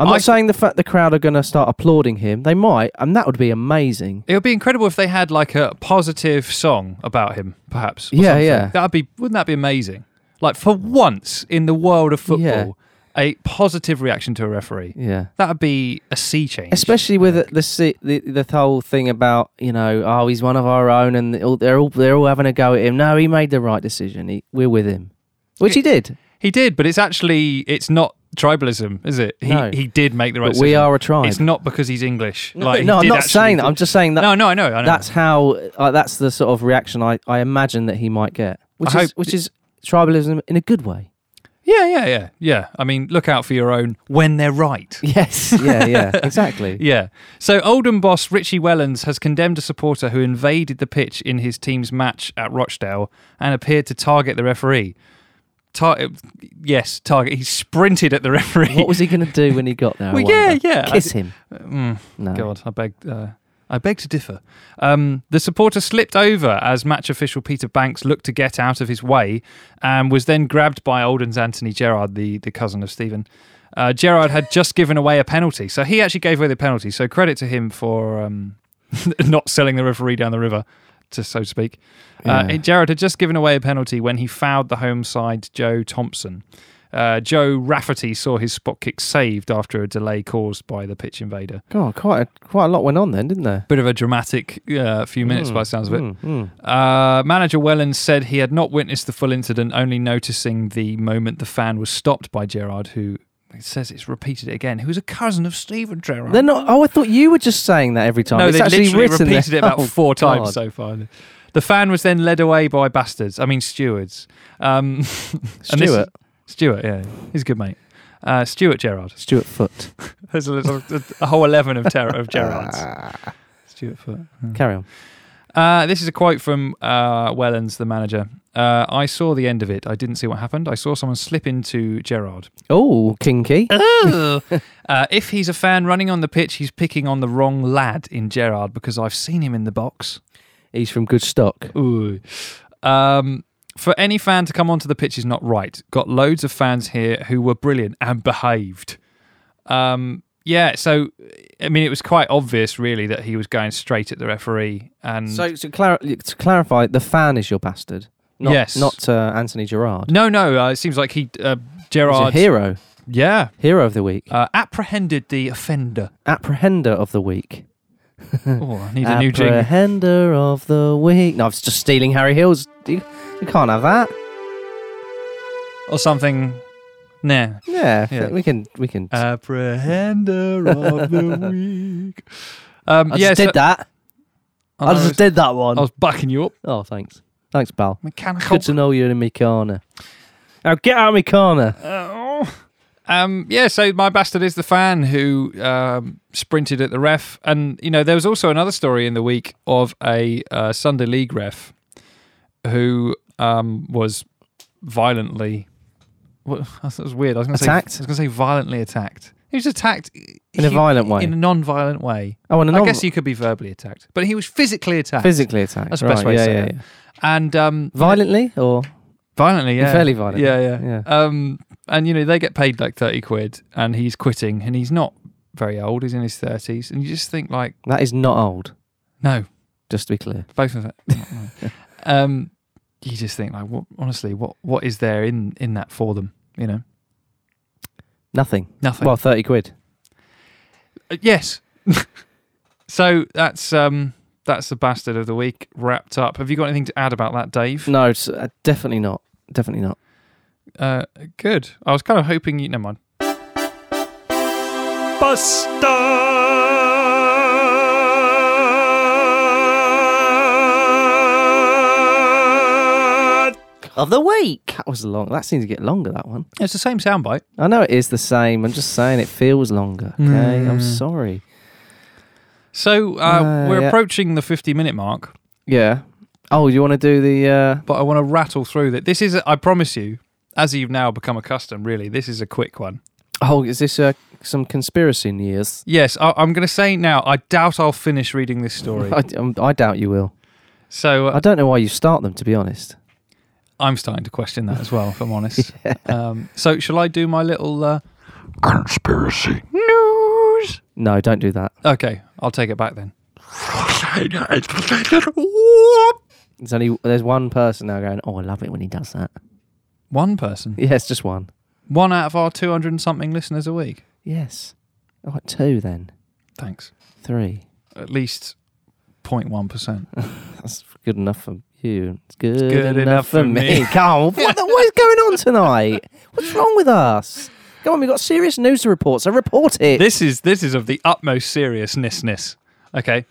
Speaker 3: I'm
Speaker 2: I
Speaker 3: not
Speaker 2: th-
Speaker 3: saying the fact the crowd are going to start applauding him. They might, and that would be amazing.
Speaker 2: It would be incredible if they had like a positive song about him, perhaps. or
Speaker 3: Yeah,
Speaker 2: something.
Speaker 3: yeah.
Speaker 2: That'd be wouldn't that be amazing? Like for once in the world of football,
Speaker 3: Yeah.
Speaker 2: a positive reaction to a referee.
Speaker 3: Yeah.
Speaker 2: That'd be a sea change.
Speaker 3: especially with the, si- the the whole thing about you know oh he's one of our own and they're all they're all, they're all having a go at him. No, he made the right decision. He, we're with him, which he did.
Speaker 2: He did, but it's actually it's not tribalism, is it? He
Speaker 3: No.
Speaker 2: he did make the right
Speaker 3: But we
Speaker 2: decision.
Speaker 3: are a tribe.
Speaker 2: It's not because he's English.
Speaker 3: No,
Speaker 2: like, he
Speaker 3: no I'm
Speaker 2: did
Speaker 3: not
Speaker 2: actually
Speaker 3: saying that.
Speaker 2: do-
Speaker 3: I'm just saying that
Speaker 2: No, no, I know, I know.
Speaker 3: that's how uh, that's the sort of reaction I, I imagine that he might get, which
Speaker 2: I
Speaker 3: is
Speaker 2: hope-
Speaker 3: which is tribalism in a good way.
Speaker 2: Yeah, yeah, yeah. Yeah. I mean, look out for your own when they're right.
Speaker 3: Yes. yeah. Yeah. Exactly.
Speaker 2: Yeah. So Oldham boss Richie Wellens has condemned a supporter who invaded the pitch in his team's match at Rochdale and appeared to target the referee. Tar- uh, yes, target. He sprinted at the referee.
Speaker 3: What was he going to do when he got there? I
Speaker 2: Well,
Speaker 3: wonder?
Speaker 2: yeah, yeah.
Speaker 3: Kiss him.
Speaker 2: Mm,
Speaker 3: No.
Speaker 2: God, I beg. Uh, I beg to differ. Um, the supporter slipped over as match official Peter Banks looked to get out of his way and was then grabbed by Oldham's Anthony Gerrard, the, the cousin of Stephen. Uh, Gerrard had just given away a penalty, so he actually gave away the penalty. So credit to him for um, not selling the referee down the river, to, so to speak. Uh, Gerrard had just given away a penalty when he fouled the home side Joe Thompson. Uh, Joe Rafferty saw his spot kick saved after a delay caused by the pitch invader.
Speaker 3: God, quite a, quite a lot went on then, didn't there?
Speaker 2: Bit of a dramatic uh, few minutes by the sounds of it.
Speaker 3: Mm, mm.
Speaker 2: Uh, Manager Wellens said he had not witnessed the full incident, only noticing the moment the fan was stopped by Gerard, who it says it's repeated it again, who's a cousin of Stephen Gerrard.
Speaker 3: They're not. Oh, I thought you were just saying that every time.
Speaker 2: no,
Speaker 3: it's
Speaker 2: they
Speaker 3: actually
Speaker 2: literally
Speaker 3: written
Speaker 2: repeated
Speaker 3: there.
Speaker 2: it about
Speaker 3: Oh,
Speaker 2: four times
Speaker 3: God.
Speaker 2: so far. The fan was then led away by bastards. I mean stewards. Um, and this-
Speaker 3: Stuart.
Speaker 2: Stuart, yeah, he's a good mate. Uh, Stuart Gerrard.
Speaker 3: Stuart Foot.
Speaker 2: There's a, little, a whole eleven of terror of Gerrards. Stuart Foot.
Speaker 3: Ah. Carry on.
Speaker 2: Uh, this is a quote from uh, Wellens, the manager. Uh, I saw the end of it. I didn't see what happened. I saw someone slip into Gerard.
Speaker 3: Oh, kinky.
Speaker 2: uh, if he's a fan running on the pitch, he's picking on the wrong lad in Gerard because I've seen him in the box.
Speaker 3: He's from good stock.
Speaker 2: Ooh. Um, for any fan to come onto the pitch is not right. Got loads of fans here who were brilliant and behaved. Um, yeah, so I mean, it was quite obvious, really, that he was going straight at the referee. And
Speaker 3: So to, clar- to clarify, the fan is your bastard. Not,
Speaker 2: Yes.
Speaker 3: Not uh, Anthony Gerard.
Speaker 2: no, no, uh, it seems like he uh,
Speaker 3: He's a
Speaker 2: Gerard.
Speaker 3: hero.
Speaker 2: Yeah,
Speaker 3: Hero of the week.
Speaker 2: uh, apprehended the offender.
Speaker 3: Apprehender of the week.
Speaker 2: Oh, I need a new jingle.
Speaker 3: Apprehender of the week. No, I was just stealing Harry Hill's. You, you can't have that.
Speaker 2: or something. Nah.
Speaker 3: Yeah,
Speaker 2: Yeah. Um,
Speaker 3: we can. We can.
Speaker 2: Apprehender of the week. Um,
Speaker 3: I just
Speaker 2: yeah,
Speaker 3: did
Speaker 2: so-
Speaker 3: that.
Speaker 2: I
Speaker 3: I
Speaker 2: know,
Speaker 3: just did that one.
Speaker 2: I was backing you up.
Speaker 3: Oh, thanks. Thanks, pal.
Speaker 2: Mechanical
Speaker 3: Good to know you're in my corner. Now get out of my corner.
Speaker 2: Oh. Um, yeah, so my bastard is the fan who um, sprinted at the ref, and you know there was also another story in the week of a uh, Sunday League ref who um, was violently. What, that was weird. I was going to say. I
Speaker 3: Attacked?
Speaker 2: was going to say violently attacked. He was attacked
Speaker 3: In a
Speaker 2: he-
Speaker 3: violent way.
Speaker 2: In a non-violent way.
Speaker 3: Oh, and a
Speaker 2: I
Speaker 3: non-
Speaker 2: guess you could be verbally attacked, but he was physically attacked.
Speaker 3: physically attacked.
Speaker 2: That's the best
Speaker 3: right,
Speaker 2: way
Speaker 3: yeah,
Speaker 2: to say
Speaker 3: yeah,
Speaker 2: it.
Speaker 3: yeah.
Speaker 2: And um,
Speaker 3: Violently or
Speaker 2: Violently, yeah.
Speaker 3: Fairly violently,
Speaker 2: Yeah, yeah.
Speaker 3: yeah.
Speaker 2: Um, and, you know, they get paid like 30 quid and he's quitting and he's not very old. He's in his 30s. And you just think, like,
Speaker 3: that is not old.
Speaker 2: no,
Speaker 3: Just to be clear.
Speaker 2: both of them. um, you just think, like, what, honestly, what, what is there in, in that for them? You know,
Speaker 3: Nothing.
Speaker 2: nothing.
Speaker 3: Well, thirty quid.
Speaker 2: Uh, yes. so that's um, that's the bastard of the week wrapped up. Have you got anything to add about that, Dave?
Speaker 3: No, it's, uh, definitely not. Definitely not.
Speaker 2: Uh, good. I was kind of hoping you. Never mind.
Speaker 5: Buster!
Speaker 6: of the week.
Speaker 3: That was long. That seems to get longer, that one.
Speaker 2: It's the same soundbite.
Speaker 3: I know it is the same. I'm just saying it feels longer. Okay. I'm sorry.
Speaker 2: So uh,
Speaker 3: Uh,
Speaker 2: we're
Speaker 3: yeah.
Speaker 2: approaching the 50 minute mark,
Speaker 3: Yeah. Oh, you want to do the. Uh...
Speaker 2: but I want to rattle through that. This is, I promise you, as you've now become accustomed, really, this is a quick one.
Speaker 3: Oh, is this uh, some conspiracy news?
Speaker 2: Yes, I, I'm going to say now, I doubt I'll finish reading this story.
Speaker 3: I, um, I doubt you will.
Speaker 2: so
Speaker 3: I
Speaker 2: uh,
Speaker 3: don't know why you start them, to be honest.
Speaker 2: I'm starting to question that as well, if I'm honest. um, so shall I do my little. Uh,
Speaker 4: Conspiracy.
Speaker 3: No, don't do that.
Speaker 2: okay, I'll take it back then.
Speaker 3: There's only there's one person now going. Oh, I love it when he does that.
Speaker 2: One person.
Speaker 3: Yes, just one.
Speaker 2: One out of our 200 and something listeners a week.
Speaker 3: Yes. All right, two then,
Speaker 2: Thanks.
Speaker 3: three.
Speaker 2: At least 0.1%.
Speaker 3: That's good enough for you. It's good,
Speaker 2: good
Speaker 3: enough,
Speaker 2: enough
Speaker 3: for
Speaker 2: for
Speaker 3: me.
Speaker 2: me.
Speaker 3: Come on, what, the- what is going on tonight? What's wrong with us? Come on, we've got serious news to report, so report it.
Speaker 2: this is this is of the utmost seriousnessness. Okay,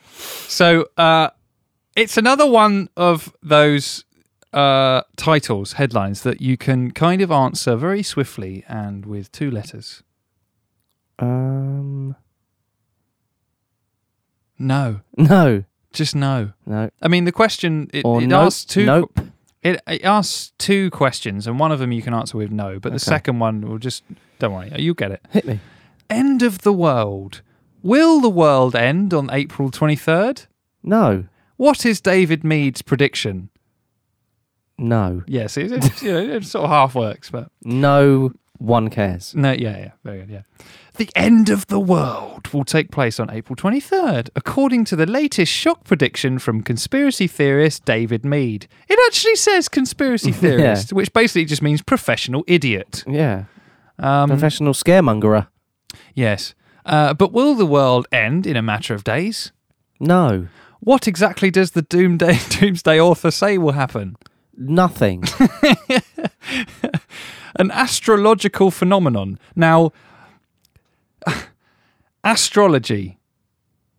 Speaker 2: so uh, it's another one of those uh, titles, headlines that you can kind of answer very swiftly and with two letters.
Speaker 3: um,
Speaker 2: No,
Speaker 3: no,
Speaker 2: just no.
Speaker 3: no,
Speaker 2: I mean, the question it,
Speaker 3: or
Speaker 2: it
Speaker 3: nope,
Speaker 2: asks two.
Speaker 3: nope.
Speaker 2: It, it asks two questions, and one of them you can answer with no, but the second one will just don't worry, you'll get it.
Speaker 3: Hit me.
Speaker 2: End of the world. Will the world end on April twenty third?
Speaker 3: No,
Speaker 2: What is David Mead's prediction?
Speaker 3: no,
Speaker 2: Yes, it, it, you know, it sort of half works, but
Speaker 3: no. One cares.
Speaker 2: no, yeah, yeah, very good, yeah. The end of the world will take place on April 23rd, according to the latest shock prediction from conspiracy theorist David Mead. It actually says conspiracy theorist, which basically just means professional idiot.
Speaker 3: Yeah,
Speaker 2: Um,
Speaker 3: professional scaremongerer.
Speaker 2: yes. Uh, but will the world end in a matter of days?
Speaker 3: No,
Speaker 2: What exactly does the doomsday, doomsday author say will happen?
Speaker 3: nothing.
Speaker 2: an astrological phenomenon. Now, astrology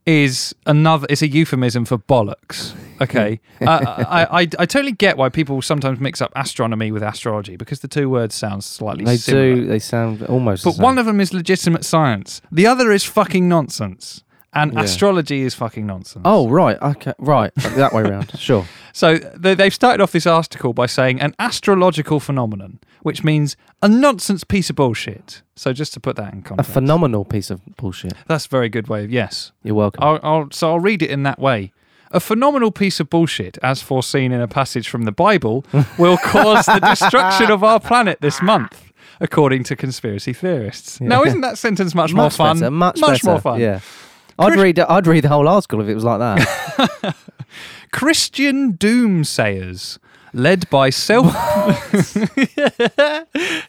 Speaker 2: is another it's a euphemism for bollocks okay uh, I, I i totally get why people sometimes mix up astronomy with astrology because the two words sound slightly
Speaker 3: they
Speaker 2: similar
Speaker 3: do. They sound almost. the
Speaker 2: but
Speaker 3: same.
Speaker 2: one of them is legitimate science the other is fucking nonsense and astrology is fucking nonsense
Speaker 3: Oh right, okay, right, that way round. Sure.
Speaker 2: so they, they've started off this article by saying an astrological phenomenon, which means a nonsense piece of bullshit. So just to put that in
Speaker 3: A
Speaker 2: context,
Speaker 3: phenomenal piece of bullshit.
Speaker 2: that's a very good way of yes.
Speaker 3: You're welcome.
Speaker 2: I'll, I'll, so I'll read it in that way. A phenomenal piece of bullshit, as foreseen in a passage from the Bible, will cause the destruction of our planet this month, according to conspiracy theorists. Now, isn't that sentence Oh, much, more fun?
Speaker 3: Better, much, better.
Speaker 2: more fun.
Speaker 3: Yeah. I'd read. I'd read the whole article if it was like that.
Speaker 2: Christian doomsayers led by self.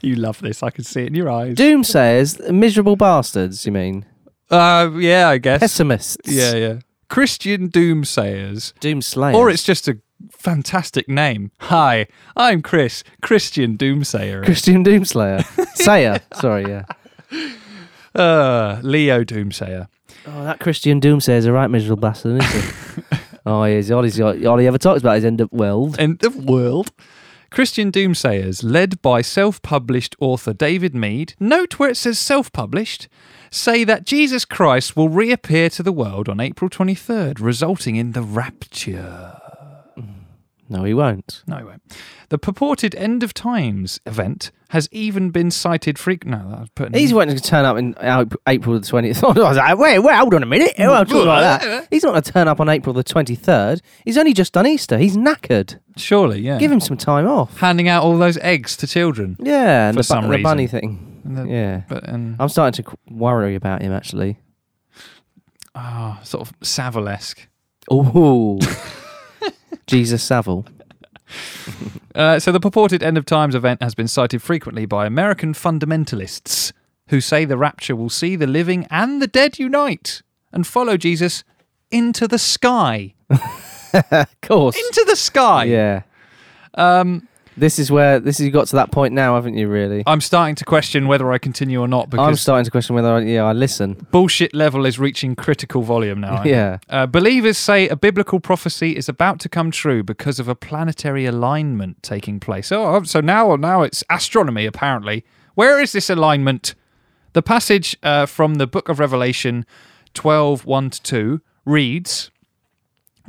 Speaker 2: you love this. I can see it in your eyes.
Speaker 3: Doomsayers, miserable bastards. You mean
Speaker 2: Uh, yeah, I guess.
Speaker 3: pessimists?
Speaker 2: Yeah, yeah. Christian doomsayers,
Speaker 3: Doomslayers.
Speaker 2: or it's just a fantastic name. Hi, I'm Chris, Christian doomsayer,
Speaker 3: Christian Doomslayer. Sayer. Sorry. Yeah.
Speaker 2: uh, Leo doomsayer.
Speaker 3: Oh, that Christian Doomsayer's a right miserable bastard, isn't he? oh, he is. All, he's, all he ever talks about is end up world.
Speaker 2: End of world. Christian Doomsayers, led by self published author David Mead, note where it says self published, say that Jesus Christ will reappear to the world on April 23rd, resulting in the rapture.
Speaker 3: No, he won't.
Speaker 2: No, he won't. The purported end of times event has even been cited frequently. No, that was putting.
Speaker 3: He's going to turn up in uh, April the 20th. I was like, wait, wait, hold on a minute. Who else talking about that? He's not going to turn up on April the 23rd. He's only just done Easter. He's knackered.
Speaker 2: Surely, yeah.
Speaker 3: Give him some time off.
Speaker 2: handing out all those eggs to children.
Speaker 3: Yeah, and
Speaker 2: For
Speaker 3: the, bu-
Speaker 2: some
Speaker 3: the
Speaker 2: reason.
Speaker 3: bunny thing.
Speaker 2: And the-
Speaker 3: Yeah.
Speaker 2: But um, and
Speaker 3: I'm starting to qu- worry about him, actually.
Speaker 2: ah, sort of Savile-esque.
Speaker 3: Oh, Jesus Savile.
Speaker 2: Uh, so the purported end of times event has been cited frequently by American fundamentalists who say the rapture will see the living and the dead unite and follow Jesus into the sky.
Speaker 3: Of course.
Speaker 2: Into the sky.
Speaker 3: Yeah. This is where this is you got to that point now, haven't you? Really,
Speaker 2: Um, I'm starting to question whether I continue or not
Speaker 3: I'm
Speaker 2: Oh, because
Speaker 3: starting to question whether I, yeah I listen.
Speaker 2: bullshit level is reaching critical volume now. I think.
Speaker 3: Yeah.
Speaker 2: Uh, believers say a biblical prophecy is about to come true because of a planetary alignment taking place. Oh, so now now it's astronomy apparently. Where is this alignment? The passage uh, from the book of Revelation 12 1 to 2 reads,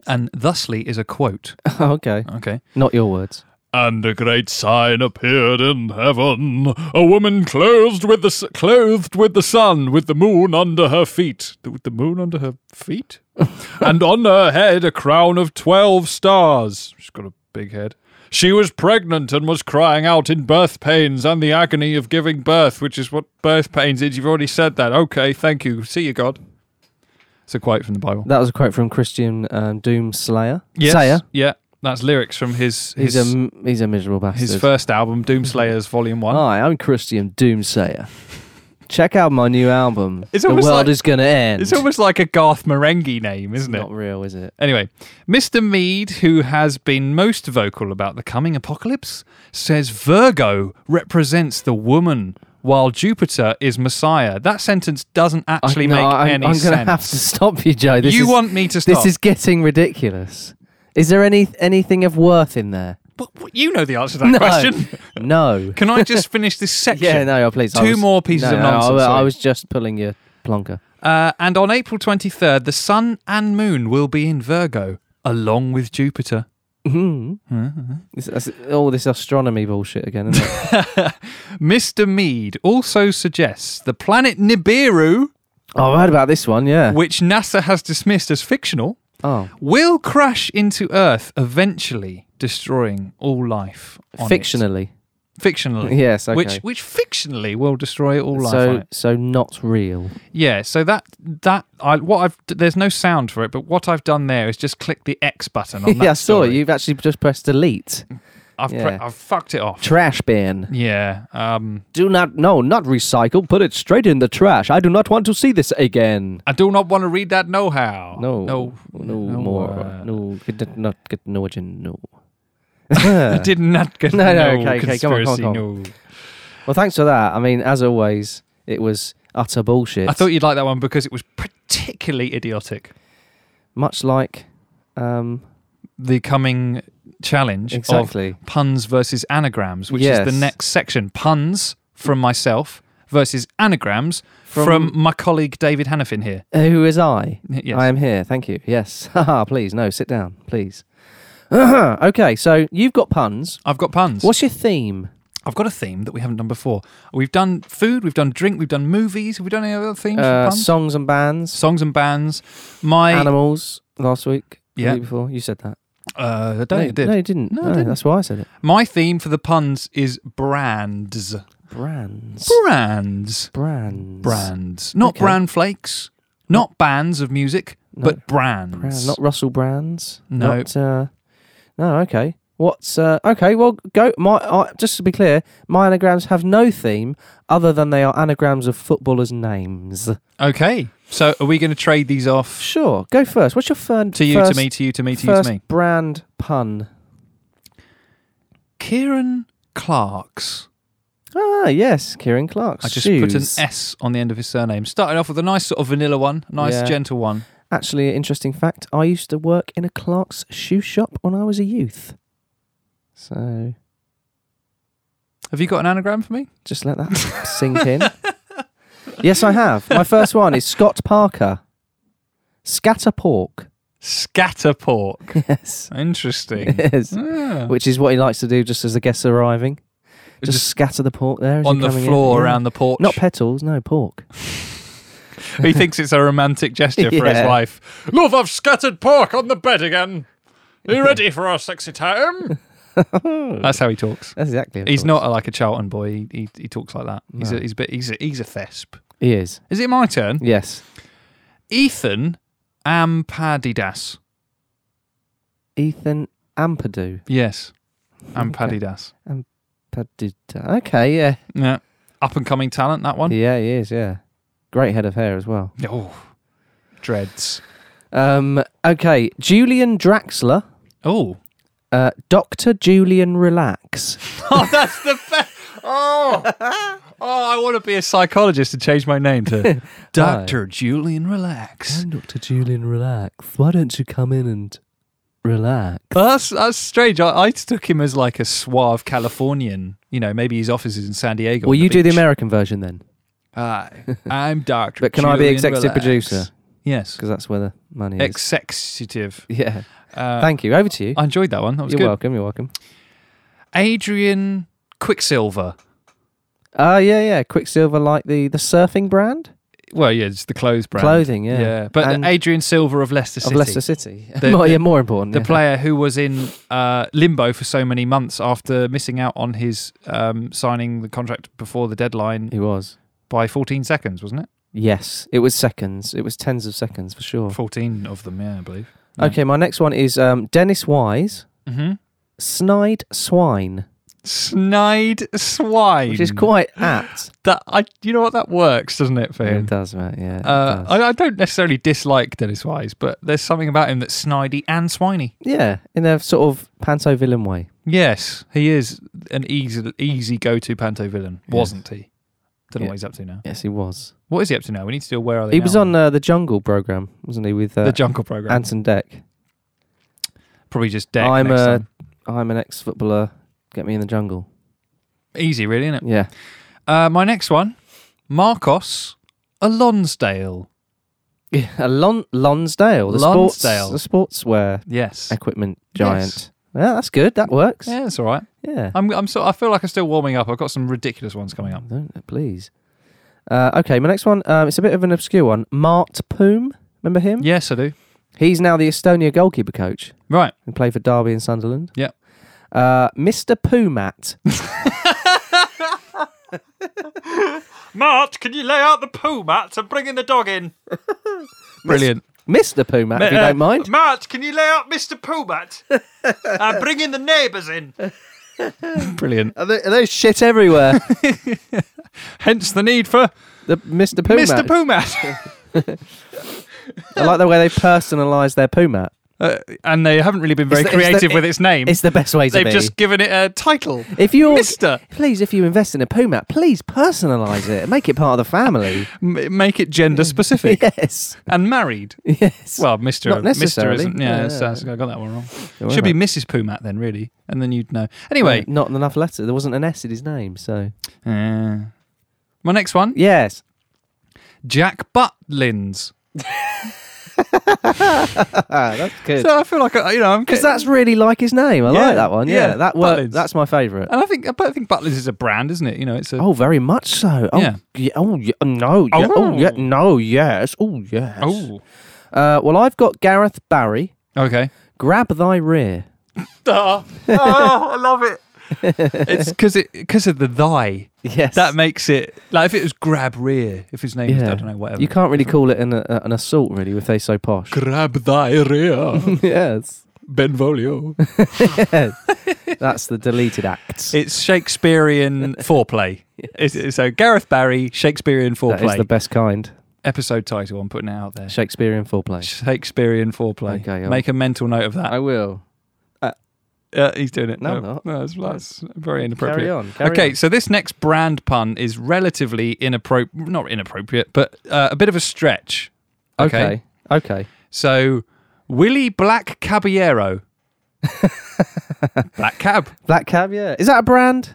Speaker 2: and thusly is a quote.
Speaker 3: okay,
Speaker 2: Okay.
Speaker 3: not your words.
Speaker 2: And a great sign appeared in heaven: a woman clothed with the s- clothed with the sun, with the moon under her feet, with the moon under her feet, and on her head a crown of twelve stars. She's got a big head. She was pregnant and was crying out in birth pains and the agony of giving birth, which is what birth pains is. You've already said that. Okay, thank you. See you, God. It's a quote from the Bible.
Speaker 3: That was a quote from Christian um, Doom Slayer.
Speaker 2: Yes,
Speaker 3: Slayer.
Speaker 2: yeah, that's lyrics from his
Speaker 3: He's
Speaker 2: his
Speaker 3: a m- he's a miserable bastard.
Speaker 2: his first album, Doomslayers Volume One.
Speaker 3: Hi, I'm Christian Doomsayer. Check out my new album.
Speaker 2: It's
Speaker 3: the
Speaker 2: almost
Speaker 3: world
Speaker 2: like-
Speaker 3: is gonna end.
Speaker 2: It's almost like a Garth Marenghi name, isn't it?
Speaker 3: not real, is it?
Speaker 2: Anyway, Mr. Mead, who has been most vocal about the coming apocalypse, says Virgo represents the woman, while Jupiter is Messiah. That sentence doesn't actually
Speaker 3: no,
Speaker 2: make
Speaker 3: I'm,
Speaker 2: any
Speaker 3: I'm
Speaker 2: sense.
Speaker 3: gonna have to stop you, Joe. This
Speaker 2: you
Speaker 3: is,
Speaker 2: want me to stop?
Speaker 3: this is getting ridiculous. Is there any anything of worth in there?
Speaker 2: But- but you know the answer to that question.
Speaker 3: no.
Speaker 2: Can I just finish this section?
Speaker 3: Yeah, no, oh, please. I
Speaker 2: Two
Speaker 3: was-
Speaker 2: more pieces
Speaker 3: no,
Speaker 2: of
Speaker 3: no, I
Speaker 2: nonsense.
Speaker 3: wa- I,
Speaker 2: sorry.
Speaker 3: was just pulling your plonker.
Speaker 2: Uh, and on April 23rd, the sun and moon will be in Virgo, along with Jupiter.
Speaker 3: Mhm. This- that's- all this astronomy bullshit again, isn't it?
Speaker 2: Mr. Mead also suggests the planet Nibiru,
Speaker 3: oh, I heard about this one, yeah.
Speaker 2: which NASA has dismissed as fictional,
Speaker 3: Oh,
Speaker 2: will crash into Earth eventually, destroying all life. On it.
Speaker 3: fictionally.
Speaker 2: Fictionally.
Speaker 3: Yes, okay.
Speaker 2: Which, which fictionally will destroy all life. on
Speaker 3: so,
Speaker 2: it.
Speaker 3: so not real.
Speaker 2: Yeah, so that that I what I've there's no sound for it, but what I've done there is just click the X button on that.
Speaker 3: yeah, I saw it.
Speaker 2: story.
Speaker 3: You've actually just pressed delete.
Speaker 2: I've, pre-
Speaker 3: yeah.
Speaker 2: I've fucked it off.
Speaker 3: Trash bin.
Speaker 2: yeah. Um,
Speaker 3: Do not, no, not recycle. Put it straight in the trash. I do not want to see this again.
Speaker 2: I do not want to read that know-how.
Speaker 3: No,
Speaker 2: no,
Speaker 3: no
Speaker 2: no,
Speaker 3: more.
Speaker 2: uh,
Speaker 3: no, get not get Norwegian. No.
Speaker 2: I did not get
Speaker 3: Uh, No, no,
Speaker 2: no
Speaker 3: okay, okay, come on, come on,
Speaker 2: conspiracy,
Speaker 3: come on.
Speaker 2: no.
Speaker 3: Well, thanks for that. I mean, as always, it was utter bullshit.
Speaker 2: I thought you'd like that one because it was particularly idiotic.
Speaker 3: much like, um,
Speaker 2: The coming challenge
Speaker 3: Exactly.
Speaker 2: of puns versus anagrams, which is
Speaker 3: Yes.
Speaker 2: the next section. Puns from myself versus anagrams from, my colleague David Hannafin here.
Speaker 3: who is I?
Speaker 2: Yes.
Speaker 3: I am here. Thank you. Yes. Haha. Please, no. Sit down, please. okay, so you've got puns.
Speaker 2: I've got puns.
Speaker 3: What's your theme?
Speaker 2: I've got a theme that we haven't done before. We've done food, we've done drink, we've done movies. Have we done any other themes? for
Speaker 3: Uh,
Speaker 2: puns?
Speaker 3: songs and bands.
Speaker 2: Songs and bands. My
Speaker 3: Animals. Last week. the
Speaker 2: Yeah.
Speaker 3: week before you said that.
Speaker 2: uh, I don't
Speaker 3: no,
Speaker 2: think I did.
Speaker 3: No, you didn't.
Speaker 2: No,
Speaker 3: No,
Speaker 2: I didn't.
Speaker 3: that's why I said it.
Speaker 2: My theme for the puns is brands.
Speaker 3: Brands.
Speaker 2: Brands.
Speaker 3: Brands.
Speaker 2: Brands. Not
Speaker 3: Okay.
Speaker 2: brand flakes. Not bands of music, but brands.
Speaker 3: Brands. Not Russell Brands.
Speaker 2: No.
Speaker 3: Not, uh, no. Okay. What's uh, okay? Well, go. My uh, just to be clear, my anagrams have no theme other than they are anagrams of footballers' names.
Speaker 2: okay. So are we going to trade these off
Speaker 3: Sure. Go first. What's your fern?
Speaker 2: to you,
Speaker 3: first,
Speaker 2: to me, to you, to me, to you,
Speaker 3: first
Speaker 2: to me?
Speaker 3: brand pun.
Speaker 2: Kieran Clarks.
Speaker 3: Ah, yes, Kieran Clark's
Speaker 2: I just put
Speaker 3: shoes.
Speaker 2: an S on the end of his surname. Started off with a nice sort of vanilla one, nice
Speaker 3: Yeah.
Speaker 2: gentle one.
Speaker 3: Actually, an interesting fact. I used to work in a Clark's shoe shop when I was a youth. So
Speaker 2: Have you got an anagram for me?
Speaker 3: just let that sink in. Yes, I have. My first one is Scott Parker. Scatter pork.
Speaker 2: Scatterpork.
Speaker 3: Yes.
Speaker 2: Interesting.
Speaker 3: Yes.
Speaker 2: Ah.
Speaker 3: Which is what he likes to do just as the guests are arriving. Just,
Speaker 2: Just
Speaker 3: scatter the pork there. as
Speaker 2: on
Speaker 3: you're
Speaker 2: the
Speaker 3: coming
Speaker 2: floor
Speaker 3: in. Yeah.
Speaker 2: around the porch.
Speaker 3: Not petals, no, pork.
Speaker 2: he thinks it's a romantic gesture for his
Speaker 3: Yeah.
Speaker 2: wife. Love, I've scattered pork on the bed again. Are you ready for our sexy time? That's how he talks.
Speaker 3: That's exactly what
Speaker 2: He's
Speaker 3: it
Speaker 2: not uh, like a Charlton boy. He he, he talks like that. He's a, he's a bit he's a, he's a thesp.
Speaker 3: was. He is.
Speaker 2: Is it my turn?
Speaker 3: Yes.
Speaker 2: Ethan Ampadidas.
Speaker 3: Ethan Ampadu.
Speaker 2: Yes, Ampadidas.
Speaker 3: Paduta. Okay, yeah.
Speaker 2: Yeah, up and coming talent. That one.
Speaker 3: Yeah, he is, yeah. Great head of hair as well.
Speaker 2: Oh, dreads.
Speaker 3: Um, okay, Julian Draxler
Speaker 2: Oh,
Speaker 3: Uh, Dr. Julian Relax.
Speaker 2: Oh, that's the best. Oh, oh, I want to be a psychologist and change my name to Dr. Julian Relax.
Speaker 3: Dr. Julian Relax. Why don't you come in and relax?
Speaker 2: Well, that's, that's strange. I, I took him as like a suave Californian. You know, maybe his office is in San Diego.
Speaker 3: Well,
Speaker 2: on
Speaker 3: you do the
Speaker 2: beach.
Speaker 3: American version then,
Speaker 2: Hi, I'm Dr.
Speaker 3: But can I be
Speaker 2: Julian
Speaker 3: executive
Speaker 2: Relax.
Speaker 3: producer?
Speaker 2: Yes.
Speaker 3: because that's where the money is.
Speaker 2: Executive.
Speaker 3: yeah.
Speaker 2: Uh,
Speaker 3: Thank you. Over to you.
Speaker 2: I enjoyed that one. That was
Speaker 3: You're
Speaker 2: good.
Speaker 3: welcome. You're welcome.
Speaker 2: Adrian Quicksilver.
Speaker 3: Ah, yeah, yeah. Quicksilver, like the the surfing brand
Speaker 2: Well, yeah, it's the clothes brand.
Speaker 3: Clothing, yeah.
Speaker 2: But
Speaker 3: And-
Speaker 2: Adrian Silver of Leicester City.
Speaker 3: of Leicester City.
Speaker 2: The-
Speaker 3: More-
Speaker 2: the-
Speaker 3: yeah, more important.
Speaker 2: the
Speaker 3: yeah.
Speaker 2: player who was in uh, limbo for so many months after missing out on his um, signing the contract before the deadline
Speaker 3: He was.
Speaker 2: by 14 seconds, wasn't it?
Speaker 3: Yes, it was seconds. It was tens of seconds for sure.
Speaker 2: 14 of them, yeah, I believe.
Speaker 3: Okay, my next one is um, Dennis Wise,
Speaker 2: Mm-hmm.
Speaker 3: Snide Swine,
Speaker 2: Snide swine.
Speaker 3: which is quite apt.
Speaker 2: That I, you know what that works, doesn't it, for
Speaker 3: it
Speaker 2: him?
Speaker 3: does, mate. Yeah. it
Speaker 2: Uh,
Speaker 3: does.
Speaker 2: I, I don't necessarily dislike Dennis Wise, but there's something about him that's snidey and swiney.
Speaker 3: yeah, in a sort of panto villain way.
Speaker 2: Yes, he is an easy, easy go-to panto villain, wasn't he? Don't know
Speaker 3: Yeah.
Speaker 2: what he's up to now.
Speaker 3: Yes, he was.
Speaker 2: What is he up to now? We need to do a Where Are They
Speaker 3: He was
Speaker 2: Now
Speaker 3: on uh, the Jungle program, wasn't he? With uh,
Speaker 2: the Jungle Program.
Speaker 3: Anton Deck.
Speaker 2: Probably just deck.
Speaker 3: I'm uh,
Speaker 2: next
Speaker 3: a-
Speaker 2: time.
Speaker 3: I'm an ex-footballer. Get me in the jungle.
Speaker 2: easy, really, isn't it?
Speaker 3: Yeah.
Speaker 2: Uh, my next one, Marcos Alonsdale.
Speaker 3: Yeah, Lon- Lonsdale, the
Speaker 2: Lonsdale.
Speaker 3: sports, the sportswear
Speaker 2: Yes.
Speaker 3: equipment
Speaker 2: Yes.
Speaker 3: giant. Yeah, that's good. That works.
Speaker 2: Yeah, that's all right.
Speaker 3: Yeah.
Speaker 2: I'm, I'm so, I feel like I'm still warming up. I've got some ridiculous ones coming up.
Speaker 3: Don't please. Uh, okay, my next one. Um, it's a bit of an obscure one. Mart Poom, remember him?
Speaker 2: Yes, I do.
Speaker 3: He's now the Estonia goalkeeper coach
Speaker 2: Right.
Speaker 3: and played for Derby and Sunderland.
Speaker 2: Yep.
Speaker 3: Uh, Mr. Poomat.
Speaker 2: Mart, can you lay out the poo mats and bring in the dog in? Brilliant.
Speaker 3: Mr. Poomat, if you don't mind.
Speaker 2: Mart, can you lay out Mr. Poo Mat and bring in the neighbours in? Brilliant.
Speaker 3: Are there- are There's shit everywhere.
Speaker 2: Hence the need for
Speaker 3: the Mr. Poomat.
Speaker 2: Mr. Poo Mat.
Speaker 3: I like the way they personalise their Poomat.
Speaker 2: Uh, and they haven't really been very
Speaker 3: It's the- it's the-
Speaker 2: creative with its name.
Speaker 3: It's the best way to
Speaker 2: They've
Speaker 3: be.
Speaker 2: just given it a title.
Speaker 3: If you're
Speaker 2: Mister.
Speaker 3: please, if you invest in a Pumat, please personalise it, make it part of the family.
Speaker 2: M- make it gender specific
Speaker 3: yes,
Speaker 2: and married.
Speaker 3: yes.
Speaker 2: Well, Mister,
Speaker 3: Not
Speaker 2: Mister
Speaker 3: necessarily.
Speaker 2: isn't. Yeah,
Speaker 3: Yeah,
Speaker 2: that's- that's- I got that one wrong.
Speaker 3: Don't
Speaker 2: Should
Speaker 3: worry
Speaker 2: be
Speaker 3: about
Speaker 2: Mrs. Pumat then, really, and then you'd know.
Speaker 3: it.
Speaker 2: Anyway,
Speaker 3: not enough letter. There wasn't an S in his name, so
Speaker 2: uh, my next one,
Speaker 3: yes.
Speaker 2: Jack Butlins.
Speaker 3: Ah, that's good.
Speaker 2: So I feel like I, you know, I'm
Speaker 3: Because that's really like his name. I
Speaker 2: Yeah,
Speaker 3: like that one. Yeah,
Speaker 2: yeah,
Speaker 3: that worked.
Speaker 2: Butlins.
Speaker 3: That's my favourite.
Speaker 2: and I think, but I think Butlins is a brand, isn't it? You know, it's a.
Speaker 3: Oh, very much so. Oh,
Speaker 2: Yeah.
Speaker 3: yeah, oh, yeah, no. Yeah, oh,
Speaker 2: Oh.
Speaker 3: yeah, no. Yes. Oh, yes.
Speaker 2: Oh,
Speaker 3: Uh, well, I've got Gareth Barry.
Speaker 2: okay.
Speaker 3: Grab thy rear.
Speaker 2: oh, I love it. it's because it because of the thy
Speaker 3: Yes.
Speaker 2: that makes it like if it was grab rear if his name is I don't know whatever
Speaker 3: You can't really call it an, uh, an assault, really, if they so posh.
Speaker 2: grab thy rear
Speaker 3: yes.
Speaker 2: Benvolio.
Speaker 3: That's the deleted acts.
Speaker 2: It's Shakespearean foreplay. It's- it's- so Gareth Barry, Shakespearean
Speaker 3: That is
Speaker 2: foreplay.
Speaker 3: the best kind.
Speaker 2: Episode title. I'm putting it out there.
Speaker 3: Shakespearean foreplay.
Speaker 2: Shakespearean foreplay.
Speaker 3: Okay, I'll-
Speaker 2: Make a mental note of that.
Speaker 3: will.
Speaker 2: Uh, he's doing it.
Speaker 3: No, I'm not.
Speaker 2: that's, that's very inappropriate.
Speaker 3: Carry on, carry
Speaker 2: okay,
Speaker 3: on.
Speaker 2: so this next brand pun is relatively inappropriate. Not inappropriate, but uh, a bit of a stretch.
Speaker 3: Okay. Okay.
Speaker 2: So Willie Black Caballero. Black cab.
Speaker 3: Black cab, yeah. Is that a brand?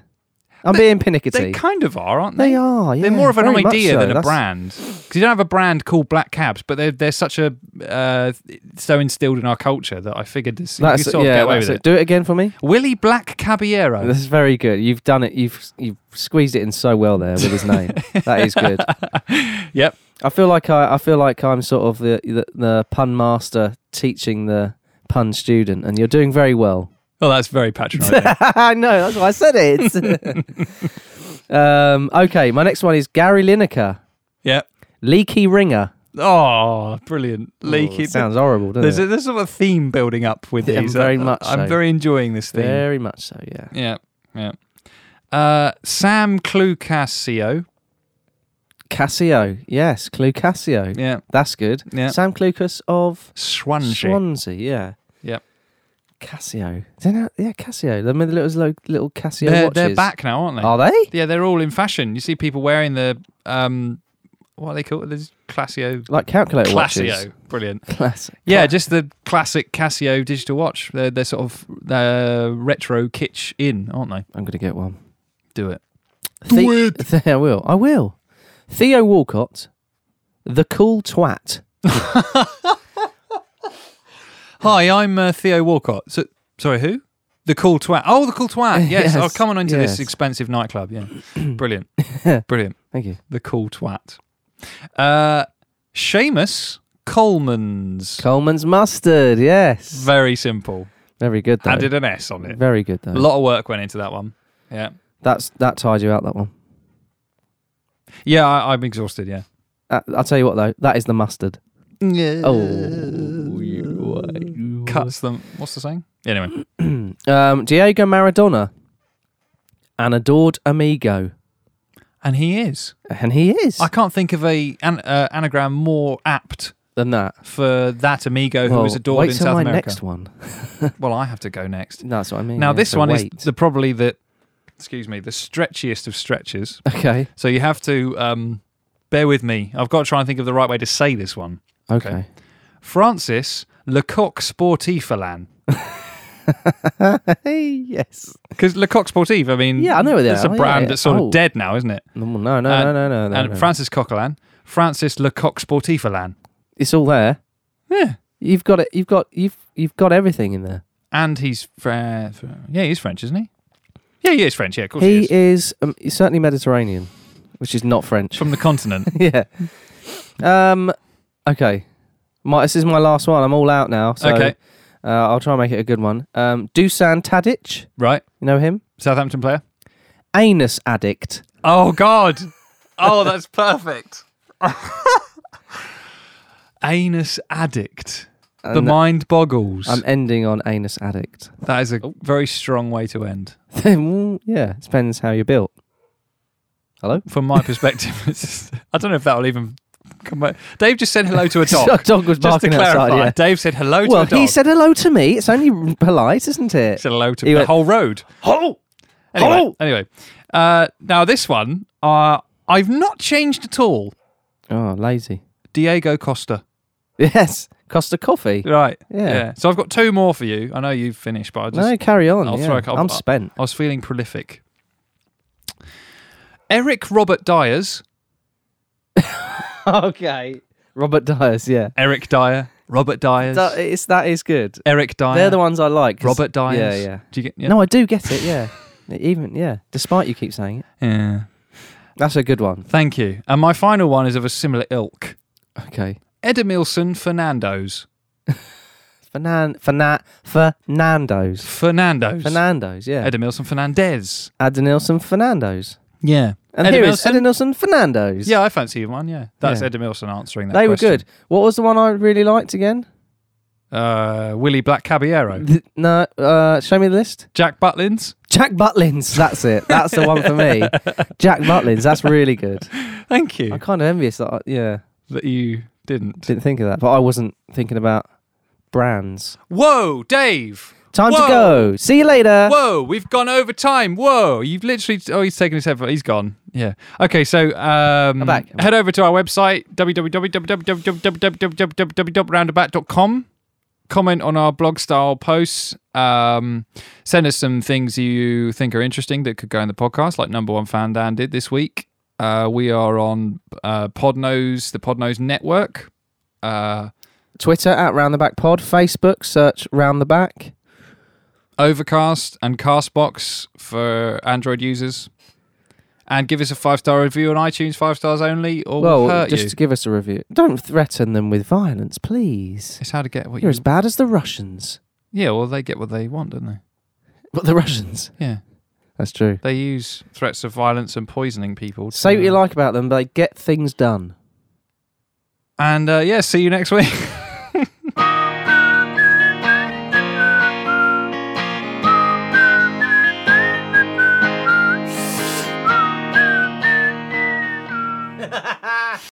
Speaker 3: I'm being
Speaker 2: They
Speaker 3: pinnickety.
Speaker 2: kind of are, aren't they?
Speaker 3: They are,
Speaker 2: They're
Speaker 3: yeah,
Speaker 2: more of an
Speaker 3: very much
Speaker 2: idea
Speaker 3: so.
Speaker 2: than a
Speaker 3: That's-
Speaker 2: brand. Because you don't have a brand called Black Cabs, but they're, they're such a uh, so instilled in our culture that I figured this.
Speaker 3: That's
Speaker 2: you could sort
Speaker 3: yeah,
Speaker 2: of get away
Speaker 3: that's
Speaker 2: with
Speaker 3: it.
Speaker 2: it. Oh.
Speaker 3: Do it again for me.
Speaker 2: Willie Black Caballero.
Speaker 3: This is very good. You've done it. You've you've squeezed it in so well there with his name. that is good.
Speaker 2: Yep.
Speaker 3: I feel like I, I feel like I'm sort of the, the the pun master teaching the pun student, and you're doing very well.
Speaker 2: Well, Oh, that's very patronising.
Speaker 3: I know. That's why I said it. um, okay, my next one is Gary Lineker,
Speaker 2: yep.
Speaker 3: leaky ringer.
Speaker 2: Oh, brilliant. Leaky.
Speaker 3: It sounds horrible, doesn't
Speaker 2: there's,
Speaker 3: it?
Speaker 2: a, there's sort of a theme building up with
Speaker 3: Yeah,
Speaker 2: these.
Speaker 3: very
Speaker 2: I-
Speaker 3: much
Speaker 2: I'm
Speaker 3: so.
Speaker 2: very enjoying this theme.
Speaker 3: Very much so. Yeah.
Speaker 2: Yeah. Yeah. Uh, Sam Clucasio.
Speaker 3: Cassio, yes, Clue Cassio.
Speaker 2: Yeah.
Speaker 3: That's good.
Speaker 2: Yeah.
Speaker 3: Sam Clucas of
Speaker 2: Swansea.
Speaker 3: Swansea, yeah.
Speaker 2: Yep.
Speaker 3: Casio. Don't know- yeah, Casio. I mean, the little little Casio
Speaker 2: They're,
Speaker 3: watches. Oh,
Speaker 2: they're back now, aren't they?
Speaker 3: Are they?
Speaker 2: Yeah, they're all in fashion. You see people wearing the um, what are they called? There's Classio.
Speaker 3: Like calculator watches.
Speaker 2: Classio, brilliant.
Speaker 3: Class.
Speaker 2: Yeah, just the classic Casio digital watch. They're they're sort of uh, retro kitsch in, aren't they?
Speaker 3: I'm gonna get one.
Speaker 2: Do it.
Speaker 3: The- I will. I will. Theo Walcott, the cool twat.
Speaker 2: Hi, I'm uh, Theo Walcott. So, sorry, who? The cool twat. Oh, the cool twat. Yes,
Speaker 3: Yes,
Speaker 2: I'll come on into
Speaker 3: yes.
Speaker 2: this expensive nightclub. Yeah, brilliant, brilliant.
Speaker 3: Thank you.
Speaker 2: The cool twat. Uh, Seamus Coleman's.
Speaker 3: Coleman's mustard. Yes.
Speaker 2: Very simple.
Speaker 3: Very good. Though.
Speaker 2: Added an S on it.
Speaker 3: Very good though.
Speaker 2: A lot of work went into that one. Yeah.
Speaker 3: That's that tired you out. That one.
Speaker 2: Yeah, I, I'm exhausted. Yeah.
Speaker 3: Uh, I'll tell you what though. That is the mustard. Oh.
Speaker 2: Oh, Cuts them. What's the saying? Anyway.
Speaker 3: Um, Diego Maradona, an adored amigo,
Speaker 2: And he is.
Speaker 3: and he is
Speaker 2: I can't think of a an, uh, anagram more apt
Speaker 3: than that.
Speaker 2: for that amigo Oh, who
Speaker 3: Well,
Speaker 2: was adored
Speaker 3: wait
Speaker 2: in
Speaker 3: till
Speaker 2: South
Speaker 3: my
Speaker 2: America.
Speaker 3: next one.
Speaker 2: Well, I have to go next.
Speaker 3: No, that's what I mean.
Speaker 2: now
Speaker 3: yeah,
Speaker 2: this
Speaker 3: so
Speaker 2: one
Speaker 3: wait.
Speaker 2: is the probably the excuse me, the stretchiest of stretches.
Speaker 3: okay.
Speaker 2: So you have to um, bear with me. I've got to try and think of the right way to say this one.
Speaker 3: Okay.
Speaker 2: Francis Lecoq Sportif Alan.
Speaker 3: Hey, yes.
Speaker 2: Because Lecoq Sportif, I mean,
Speaker 3: Yeah, I know what they
Speaker 2: it's a
Speaker 3: are. Yeah,
Speaker 2: brand
Speaker 3: yeah.
Speaker 2: that's sort
Speaker 3: Oh.
Speaker 2: of dead now, isn't it?
Speaker 3: No, no, no,
Speaker 2: And-
Speaker 3: no, no, no.
Speaker 2: Uh, and
Speaker 3: no.
Speaker 2: Francis Coquelin, Francis Lecoq Sportif Alan.
Speaker 3: it's all there.
Speaker 2: Yeah.
Speaker 3: You've got it. You've got you've you've got everything in there.
Speaker 2: And he's Fra- Fra- yeah, he's French, isn't he? Yeah, he is French. Yeah, of course he,
Speaker 3: He
Speaker 2: is.
Speaker 3: is um, he's certainly Mediterranean, which is not French.
Speaker 2: From the continent.
Speaker 3: yeah. Um. Okay. My this is my last one. I'm all out now. So,
Speaker 2: Okay.
Speaker 3: Uh, I'll try and make it a good one. Um, Dusan Tadic.
Speaker 2: right.
Speaker 3: You know him?
Speaker 2: Southampton player.
Speaker 3: Anus addict.
Speaker 2: Oh God. Oh, that's perfect. Anus addict. the
Speaker 3: And
Speaker 2: mind boggles.
Speaker 3: I'm Oh. ending on anus addict.
Speaker 2: that is a very strong way to end.
Speaker 3: Well, yeah, depends how you're built. Hello.
Speaker 2: From my perspective, it's, I don't know if that'll even come. Out. Dave just said hello to a
Speaker 3: A
Speaker 2: dog.
Speaker 3: dog was
Speaker 2: Just to
Speaker 3: barking
Speaker 2: clarify,
Speaker 3: outside. Yeah.
Speaker 2: Dave said hello
Speaker 3: Well,
Speaker 2: to a dog.
Speaker 3: he said hello to me. It's only polite, isn't it?
Speaker 2: said hello to
Speaker 3: He
Speaker 2: the
Speaker 3: went,
Speaker 2: whole road.
Speaker 3: Oh,
Speaker 2: Anyway,
Speaker 3: Hello.
Speaker 2: anyway. Uh, now this one, uh, I've not changed at all.
Speaker 3: oh, lazy.
Speaker 2: Diego Costa.
Speaker 3: Yes, Costa Coffee.
Speaker 2: Right.
Speaker 3: Yeah.
Speaker 2: So I've got two more for you. I know you've finished, but I just
Speaker 3: no, carry on.
Speaker 2: I'll
Speaker 3: yeah.
Speaker 2: throw a couple-
Speaker 3: I'm spent.
Speaker 2: I was feeling prolific. Eric Robert Dyers.
Speaker 3: okay, Robert Dyers. Yeah,
Speaker 2: Eric Dyer. Robert Dyers.
Speaker 3: that is, that is good.
Speaker 2: Eric Dyer.
Speaker 3: They're the ones I like. 'cause-
Speaker 2: Robert Dyers.
Speaker 3: Yeah, yeah.
Speaker 2: Do you get yeah?
Speaker 3: No, I do get it. Yeah, even yeah. Despite you keep saying it,
Speaker 2: Yeah.
Speaker 3: that's a good one.
Speaker 2: Thank you. And my final one is of a similar ilk.
Speaker 3: Okay,
Speaker 2: Edemilson Fernando's.
Speaker 3: Fernan, Fernan, Fernando's.
Speaker 2: Fernando's.
Speaker 3: Fernando's, yeah.
Speaker 2: Edemilson Fernandez.
Speaker 3: Adnilson Fernando's.
Speaker 2: Yeah.
Speaker 3: And here is Adnilson Fernando's.
Speaker 2: Yeah, I fancy you one. Yeah, that's
Speaker 3: Yeah.
Speaker 2: Ed Milson answering that.
Speaker 3: They were
Speaker 2: question.
Speaker 3: good. What was the one I really liked again?
Speaker 2: Uh, Willie Black Caballero,
Speaker 3: Th- no, uh, show me the list.
Speaker 2: Jack Butlins.
Speaker 3: Jack Butlins. That's it. That's the one for me. Jack Butlins. That's really good.
Speaker 2: Thank you
Speaker 3: I'm kind of envious that, I, yeah,
Speaker 2: that you didn't.
Speaker 3: didn't think of that. But I wasn't thinking about brands.
Speaker 2: Whoa, Dave.
Speaker 3: Time
Speaker 2: Whoa.
Speaker 3: to go. See you later.
Speaker 2: Whoa, we've gone over time. Whoa, you've literally. Oh, he's taken his headphone. He's gone. Yeah. Okay, so um,
Speaker 3: I'm back. I'm
Speaker 2: head over to our website www.roundabout.com. Comment on our blog style posts. Um, send us some things you think are interesting that could go in the podcast, like number one fan Dan did this week. Uh, we are on uh, Podnose, the Podnose Network. Uh,
Speaker 3: Twitter at Round the Back Pod. Facebook, search Round the Back.
Speaker 2: Overcast and Castbox for Android users. And give us a five star review on iTunes, five stars only, or we'll
Speaker 3: Well,
Speaker 2: hurt
Speaker 3: just
Speaker 2: you.
Speaker 3: to give us a review. Don't threaten them with violence, please.
Speaker 2: It's how to get what you.
Speaker 3: You're as bad as the Russians.
Speaker 2: Yeah, well, they get what they want, don't they?
Speaker 3: But the Russians.
Speaker 2: Yeah,
Speaker 3: That's true.
Speaker 2: they use threats of violence and poisoning people. to-
Speaker 3: Say what you like about them, but they get things done.
Speaker 2: And uh, yeah, see you next week.